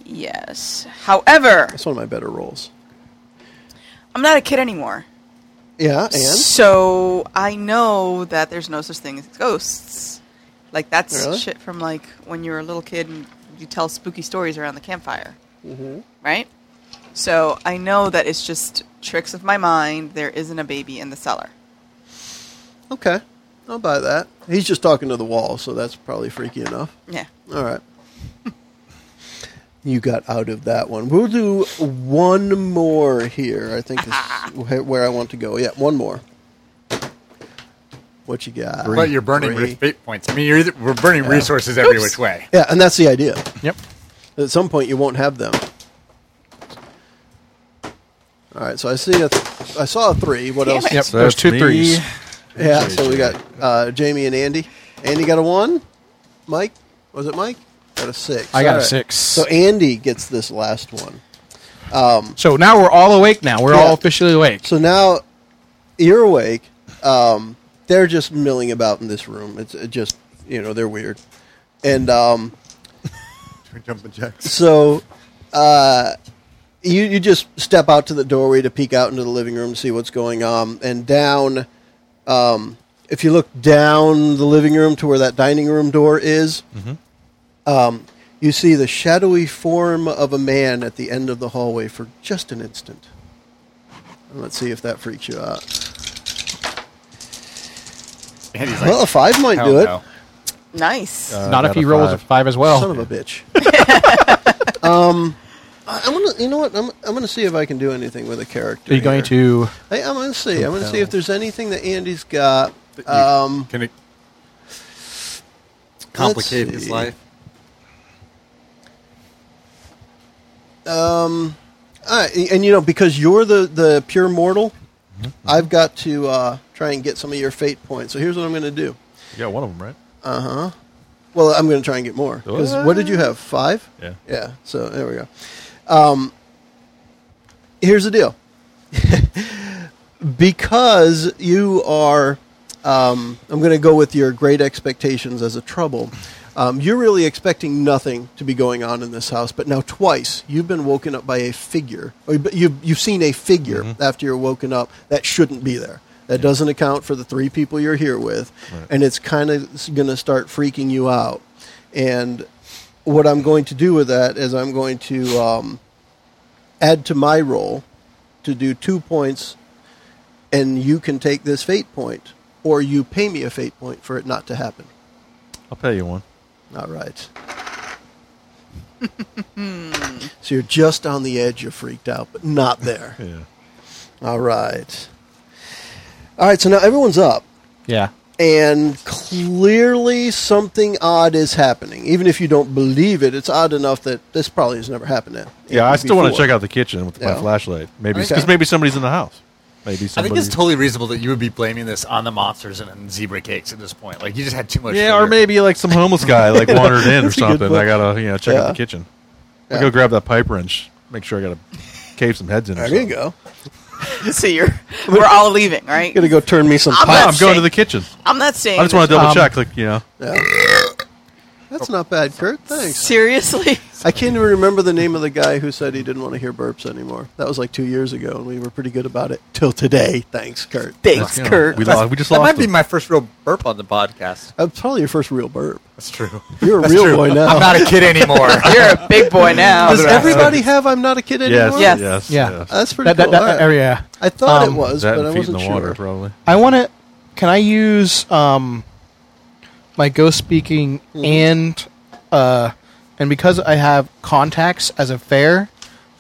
Speaker 4: Yes. However,
Speaker 1: That's one of my better rolls.
Speaker 4: I'm not a kid anymore.
Speaker 1: Yeah, and
Speaker 4: So I know that there's no such thing as ghosts. Like that's
Speaker 1: Really?
Speaker 4: shit from like when you were a little kid and you tell spooky stories around the campfire,
Speaker 1: Mm-hmm.
Speaker 4: right? So I know that it's just tricks of my mind. There isn't a baby in the cellar.
Speaker 1: Okay, I'll buy that. He's just talking to the wall, so that's probably freaky enough.
Speaker 4: Yeah.
Speaker 1: All right. You got out of that one. We'll do one more here. I think this is wh- where I want to go. Yeah, one more. What you got?
Speaker 5: But you're burning
Speaker 1: Three.
Speaker 5: re- fate points. I mean, you're either, we're burning resources every which way.
Speaker 1: Yeah, and that's the idea.
Speaker 2: Yep.
Speaker 1: At some point, you won't have them. All right, so I see a th- I saw a three. What else?
Speaker 2: Yep. There's two
Speaker 3: me.
Speaker 2: threes.
Speaker 1: Yeah, so we got uh, Jamie and Andy. Andy got a one. Mike, was it Mike? Got a six.
Speaker 2: I got a
Speaker 1: All right.
Speaker 2: six.
Speaker 1: So Andy gets this last one.
Speaker 2: So now we're all awake. Now we're
Speaker 1: Yeah.
Speaker 2: all officially awake.
Speaker 1: So now you're awake. Um, they're just milling about in this room. It's it just you know they're weird, and um,
Speaker 3: Jumping jacks.
Speaker 1: so uh, you you just step out to the doorway to peek out into the living room to see what's going on, and down. Um, if you look down the living room to where that dining room door is, um, you see the shadowy form of a man at the end of the hallway for just an instant. Let's see if that freaks you out.
Speaker 5: And he's like,
Speaker 1: Well, a five might
Speaker 5: hell
Speaker 1: do it.
Speaker 5: no.
Speaker 4: Nice.
Speaker 1: Uh,
Speaker 2: Not if
Speaker 3: Uh, got
Speaker 2: he
Speaker 3: a
Speaker 2: rolls a
Speaker 3: five.
Speaker 2: five as well.
Speaker 1: Son of a bitch. um, I- I'm gonna. You know what? I'm, I'm gonna see if I can do anything with a character.
Speaker 2: Are you going
Speaker 1: here.
Speaker 2: to?
Speaker 1: I, I'm gonna see. I'm gonna see if there's anything that Andy's got.
Speaker 5: you-
Speaker 1: Um,
Speaker 5: Can it complicate
Speaker 1: let's
Speaker 5: his
Speaker 1: see.
Speaker 5: life?
Speaker 1: Uh, and you know, because you're the the pure mortal,
Speaker 2: Mm-hmm.
Speaker 1: I've got to uh, try and get some of your fate points. So here's what I'm gonna do.
Speaker 3: You got one of them, right?
Speaker 1: Well, I'm going to try and get more. 'cause what did you have? Five?
Speaker 3: Yeah.
Speaker 1: Yeah. So there we go. Um, here's the deal. because you are, um, I'm going to go with your great expectations as a trouble. Um, you're really expecting nothing to be going on in this house, but now twice you've been woken up by a figure. Or you- you've, you've seen a figure after you're woken up that shouldn't be there. That doesn't account for the three people you're here with, and it's kind of going to start freaking you out. And what I'm going to do with that is I'm going to um, add to my roll to do two points, and you can take this fate point, or you pay me a fate point for it not to happen.
Speaker 3: I'll pay you one.
Speaker 1: All right. so you're just on the edge. You're freaked out, but not there.
Speaker 3: Yeah.
Speaker 1: All right. All right. So now everyone's up
Speaker 2: Yeah.
Speaker 1: and clearly something odd is happening. Even if you don't believe it, it's odd enough that this probably has never happened. At,
Speaker 3: Yeah, I still want to
Speaker 1: before.
Speaker 3: check out the kitchen with
Speaker 1: Yeah.
Speaker 3: my flashlight. Maybe
Speaker 1: Okay.
Speaker 3: because maybe somebody's in the house. Maybe
Speaker 5: I
Speaker 3: somebody.
Speaker 5: think it's totally reasonable that you would be blaming this on the monsters and on zebra cakes at this point. Like you just had too much.
Speaker 3: yeah, or
Speaker 5: sugar.
Speaker 3: maybe like some homeless guy like wandered in or
Speaker 1: That's a good
Speaker 3: something.
Speaker 1: point.
Speaker 3: I gotta you know check out
Speaker 1: Yeah.
Speaker 3: the kitchen.
Speaker 1: Yeah.
Speaker 3: I go grab that pipe wrench. Make sure I gotta cave some heads in. Or
Speaker 1: There you
Speaker 3: something.
Speaker 1: go.
Speaker 4: so you're we're all leaving, right?
Speaker 1: Gonna go turn me some
Speaker 4: I'm
Speaker 1: pie.
Speaker 3: No,
Speaker 4: not
Speaker 3: I'm going to the kitchen.
Speaker 4: I'm not saying.
Speaker 3: I just want to double
Speaker 2: Um,
Speaker 3: check. Like you know,
Speaker 1: That's not bad, Kurt. Thanks.
Speaker 4: Seriously,
Speaker 1: I can't even remember the name of the guy who said he didn't want to hear burps anymore. That was like two years ago, and we were pretty good about it till today. Thanks, Kurt.
Speaker 4: thanks,
Speaker 3: you know,
Speaker 4: Kurt.
Speaker 3: We, lost, we just
Speaker 5: that
Speaker 3: lost.
Speaker 5: might be
Speaker 3: him.
Speaker 5: my first real burp on the podcast.
Speaker 1: That's probably your first real burp.
Speaker 5: That's true.
Speaker 1: You're a real
Speaker 5: true.
Speaker 1: boy now.
Speaker 5: I'm not a kid anymore.
Speaker 4: You're a big boy now.
Speaker 1: Does everybody have "I'm not a kid
Speaker 3: yes,
Speaker 1: anymore"?
Speaker 4: Yes.
Speaker 3: yes,
Speaker 2: Yeah.
Speaker 3: yes.
Speaker 1: That's pretty
Speaker 2: That,
Speaker 1: cool.
Speaker 2: that, that oh,
Speaker 1: All right.
Speaker 2: area.
Speaker 1: I thought
Speaker 2: Um,
Speaker 1: it was,
Speaker 3: that
Speaker 1: but I
Speaker 3: and feet in
Speaker 1: wasn't
Speaker 3: the
Speaker 1: sure.
Speaker 3: water probably.
Speaker 2: I want to. Can I use um, my ghost speaking and uh, and because I have contacts as a fair,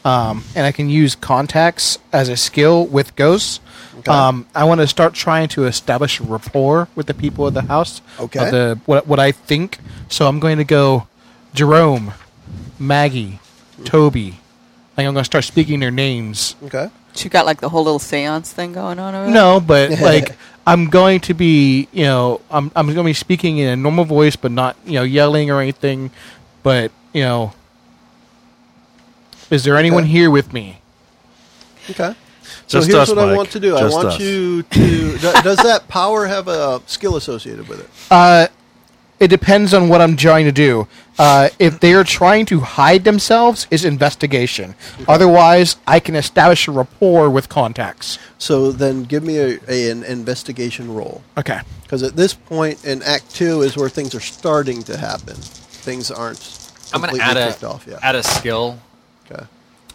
Speaker 2: um, and I can use contacts as a skill with ghosts. Um, I want to start trying to establish rapport with the people of the house.
Speaker 1: Okay.
Speaker 2: Of the what what I think. So I'm going to go, Jerome, Maggie, Toby. I think I'm going to start speaking their names.
Speaker 1: Okay.
Speaker 4: You got like the whole little seance thing going on over
Speaker 2: No, but like I'm going to be, you know, I'm I'm going to be speaking in a normal voice, but not, you know, yelling or anything. But you know, is there anyone
Speaker 1: Okay.
Speaker 2: here with me?
Speaker 1: Okay. So
Speaker 3: Just
Speaker 1: here's
Speaker 3: us,
Speaker 1: what I
Speaker 3: Mike.
Speaker 1: want to do. I
Speaker 3: Just
Speaker 1: want
Speaker 3: us.
Speaker 1: you to. do- does that power have a skill associated with it?
Speaker 2: Uh, it depends on what I'm trying to do. Uh, if they are trying to hide themselves, is investigation. Otherwise, I can establish a rapport with contacts.
Speaker 1: So then, give me a, a- an investigation roll.
Speaker 2: Okay.
Speaker 1: Because at this point in Act Two is where things are starting to happen. Things aren't.
Speaker 5: I'm gonna
Speaker 1: completely
Speaker 5: add a
Speaker 1: kicked off yet.
Speaker 5: add a skill.
Speaker 1: okay.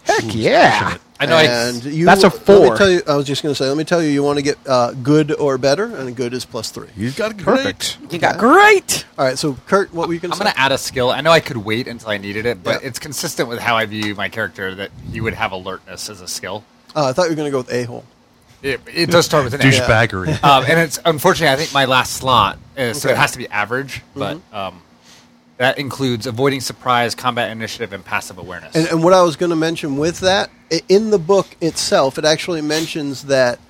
Speaker 2: Heck yeah!
Speaker 5: I know.
Speaker 1: and
Speaker 5: I,
Speaker 1: you,
Speaker 2: That's a
Speaker 1: Let
Speaker 2: four.
Speaker 1: me tell you. I was just going to say. Let me tell you. You want to get uh, good or better, and good is plus three.
Speaker 3: He's got great.
Speaker 2: Perfect.
Speaker 4: there. You got great.
Speaker 1: All right. So Kurt, what were you going
Speaker 5: I'm
Speaker 1: to say?
Speaker 5: going to add a skill. I know I could wait until I needed it, but
Speaker 1: Yeah.
Speaker 5: it's consistent with how I view my character that he would have alertness as a skill.
Speaker 1: uh, I thought you were going to go with a hole.
Speaker 5: It, it does start with an A.
Speaker 3: Douchebaggery.
Speaker 5: Um, and it's unfortunately, I think my last slot, is, so it has to be average,
Speaker 1: Mm-hmm.
Speaker 5: but um, that includes avoiding surprise, combat initiative, and passive awareness.
Speaker 1: And, uh, and what I was going to mention with that, i- in the book itself, it actually mentions that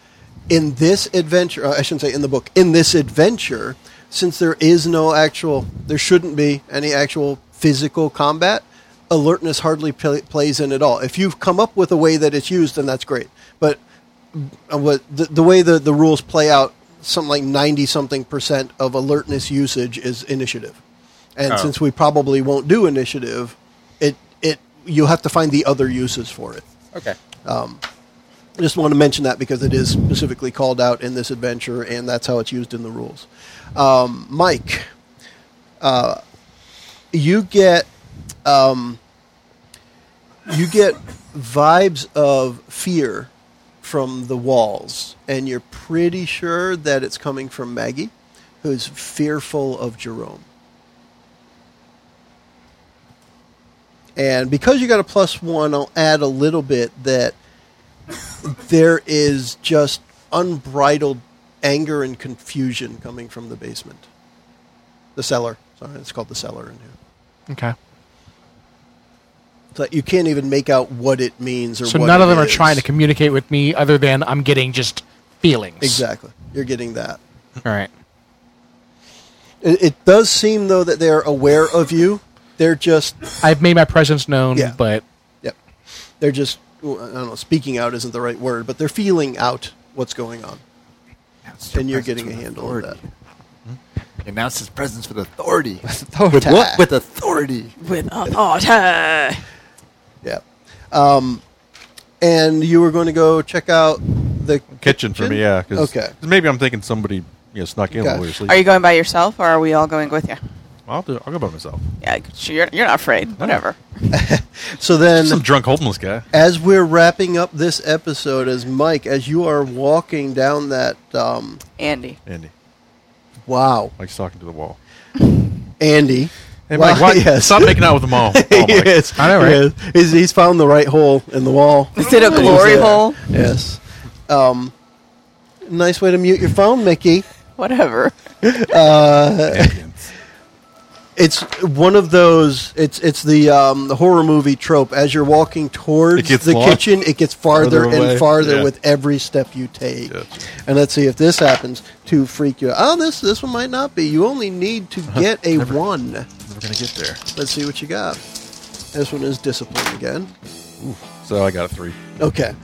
Speaker 1: in this adventure, uh, I shouldn't say in the book, in this adventure, since there is no actual, there shouldn't be any actual physical combat, alertness hardly pl- plays in at all. If you've come up with a way that it's used, then that's great. But uh, what the, the way the, the rules play out, something like 90 something percent of alertness usage is initiative. And
Speaker 5: Oh.
Speaker 1: since we probably won't do initiative, it it you'll have to find the other uses for it.
Speaker 5: okay.
Speaker 1: I just want to mention that because it is specifically called out in this adventure, and that's how it's used in the rules. Um, Mike, uh, you get um, you get vibes of fear from the walls, and you're pretty sure that it's coming from Maggie, who's fearful of Jerome. And because you got a plus one, I'll add a little bit that there is just unbridled anger and confusion coming from the basement. The cellar. Sorry, it's called the cellar in here.
Speaker 2: Okay.
Speaker 1: So you can't even make out what it means or
Speaker 2: So
Speaker 1: what
Speaker 2: none of
Speaker 1: it
Speaker 2: them are
Speaker 1: is.
Speaker 2: trying to communicate with me other than I'm getting just feelings.
Speaker 1: Exactly. You're getting that.
Speaker 2: All right.
Speaker 1: It, it does seem though that they're aware of you. They're just
Speaker 2: I've made my presence known,
Speaker 1: Yeah.
Speaker 2: but
Speaker 1: yep. They're just ooh, I don't know, speaking out isn't the right word, but they're feeling out what's going on. And you're getting a handle on that.
Speaker 5: Announce his presence with authority.
Speaker 1: With what?
Speaker 5: with authority.
Speaker 4: With authority.
Speaker 1: Yeah. Um, and you were going to go check out the
Speaker 3: kitchen for me, yeah. Cause,
Speaker 1: Okay.
Speaker 3: 'cause maybe I'm thinking somebody you know, snuck in
Speaker 1: Okay.
Speaker 3: while we were sleeping.
Speaker 4: Are you going by yourself, or are we all going with you?
Speaker 3: I'll, do, I'll go by myself.
Speaker 4: Yeah, sure, you're, you're not afraid. Whatever.
Speaker 1: So then,
Speaker 3: Some drunk homeless guy.
Speaker 1: as we're wrapping up this episode, as Mike, as you are walking down that, um,
Speaker 4: Andy.
Speaker 3: Andy.
Speaker 1: wow,
Speaker 3: Mike's talking to the wall.
Speaker 1: Andy.
Speaker 3: Hey,
Speaker 1: Wow,
Speaker 3: Mike, why,
Speaker 1: yes.
Speaker 3: stop making out with the wall. Oh, Mike.
Speaker 1: yes,
Speaker 2: I know, right?
Speaker 1: yes. He's, he's found the right hole in the wall.
Speaker 4: Is it a
Speaker 1: It was
Speaker 4: glory
Speaker 1: there.
Speaker 4: hole?
Speaker 1: Yes. Um, nice way to mute your phone, Mickey.
Speaker 4: Whatever.
Speaker 3: Ambience.
Speaker 1: It's one of those. It's it's the um, the horror movie trope. As you're walking towards
Speaker 3: It gets
Speaker 1: the
Speaker 3: long-
Speaker 1: kitchen, it gets farther,
Speaker 3: farther away.
Speaker 1: and farther
Speaker 3: Yeah.
Speaker 1: with every step you take.
Speaker 3: Gotcha.
Speaker 1: And let's see if this happens to freak you. out. Oh, this this one might not be. You only need to get a one.
Speaker 3: Never gonna get there.
Speaker 1: Let's see what you got. This one is discipline again.
Speaker 3: So I got a three.
Speaker 1: Okay.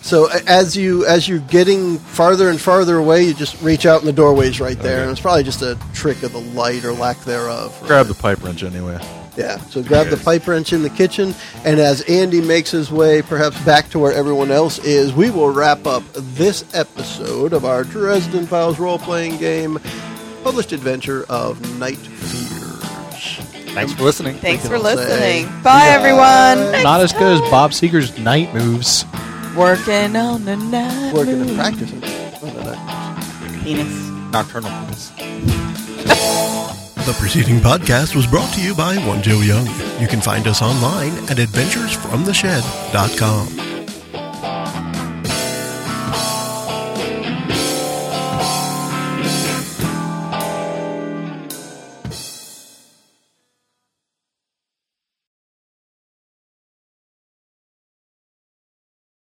Speaker 1: So a- as you as you're getting farther and farther away, you just reach out and the doorway's right there,
Speaker 3: Okay.
Speaker 1: and it's probably just a trick of the light or lack thereof.
Speaker 3: Grab the pipe wrench anyway.
Speaker 1: Yeah. So grab the
Speaker 3: Yes.
Speaker 1: pipe wrench in the kitchen, and as Andy makes his way, perhaps back to where everyone else is, we will wrap up this episode of our Dresden Files role-playing game, published adventure of Night Fears.
Speaker 5: Thanks for listening.
Speaker 4: Thanks
Speaker 1: can
Speaker 4: for
Speaker 1: all say
Speaker 4: listening. Bye, everyone.
Speaker 2: not as good as Bob Seger's night moves.
Speaker 4: Working on the night.
Speaker 1: We're going to
Speaker 4: moon.
Speaker 1: practice it. Oh, no, no.
Speaker 4: Penis.
Speaker 5: Nocturnal. Penis.
Speaker 7: The preceding podcast was brought to you by One Joe Young. You can find us online at adventuresfromtheshed.com.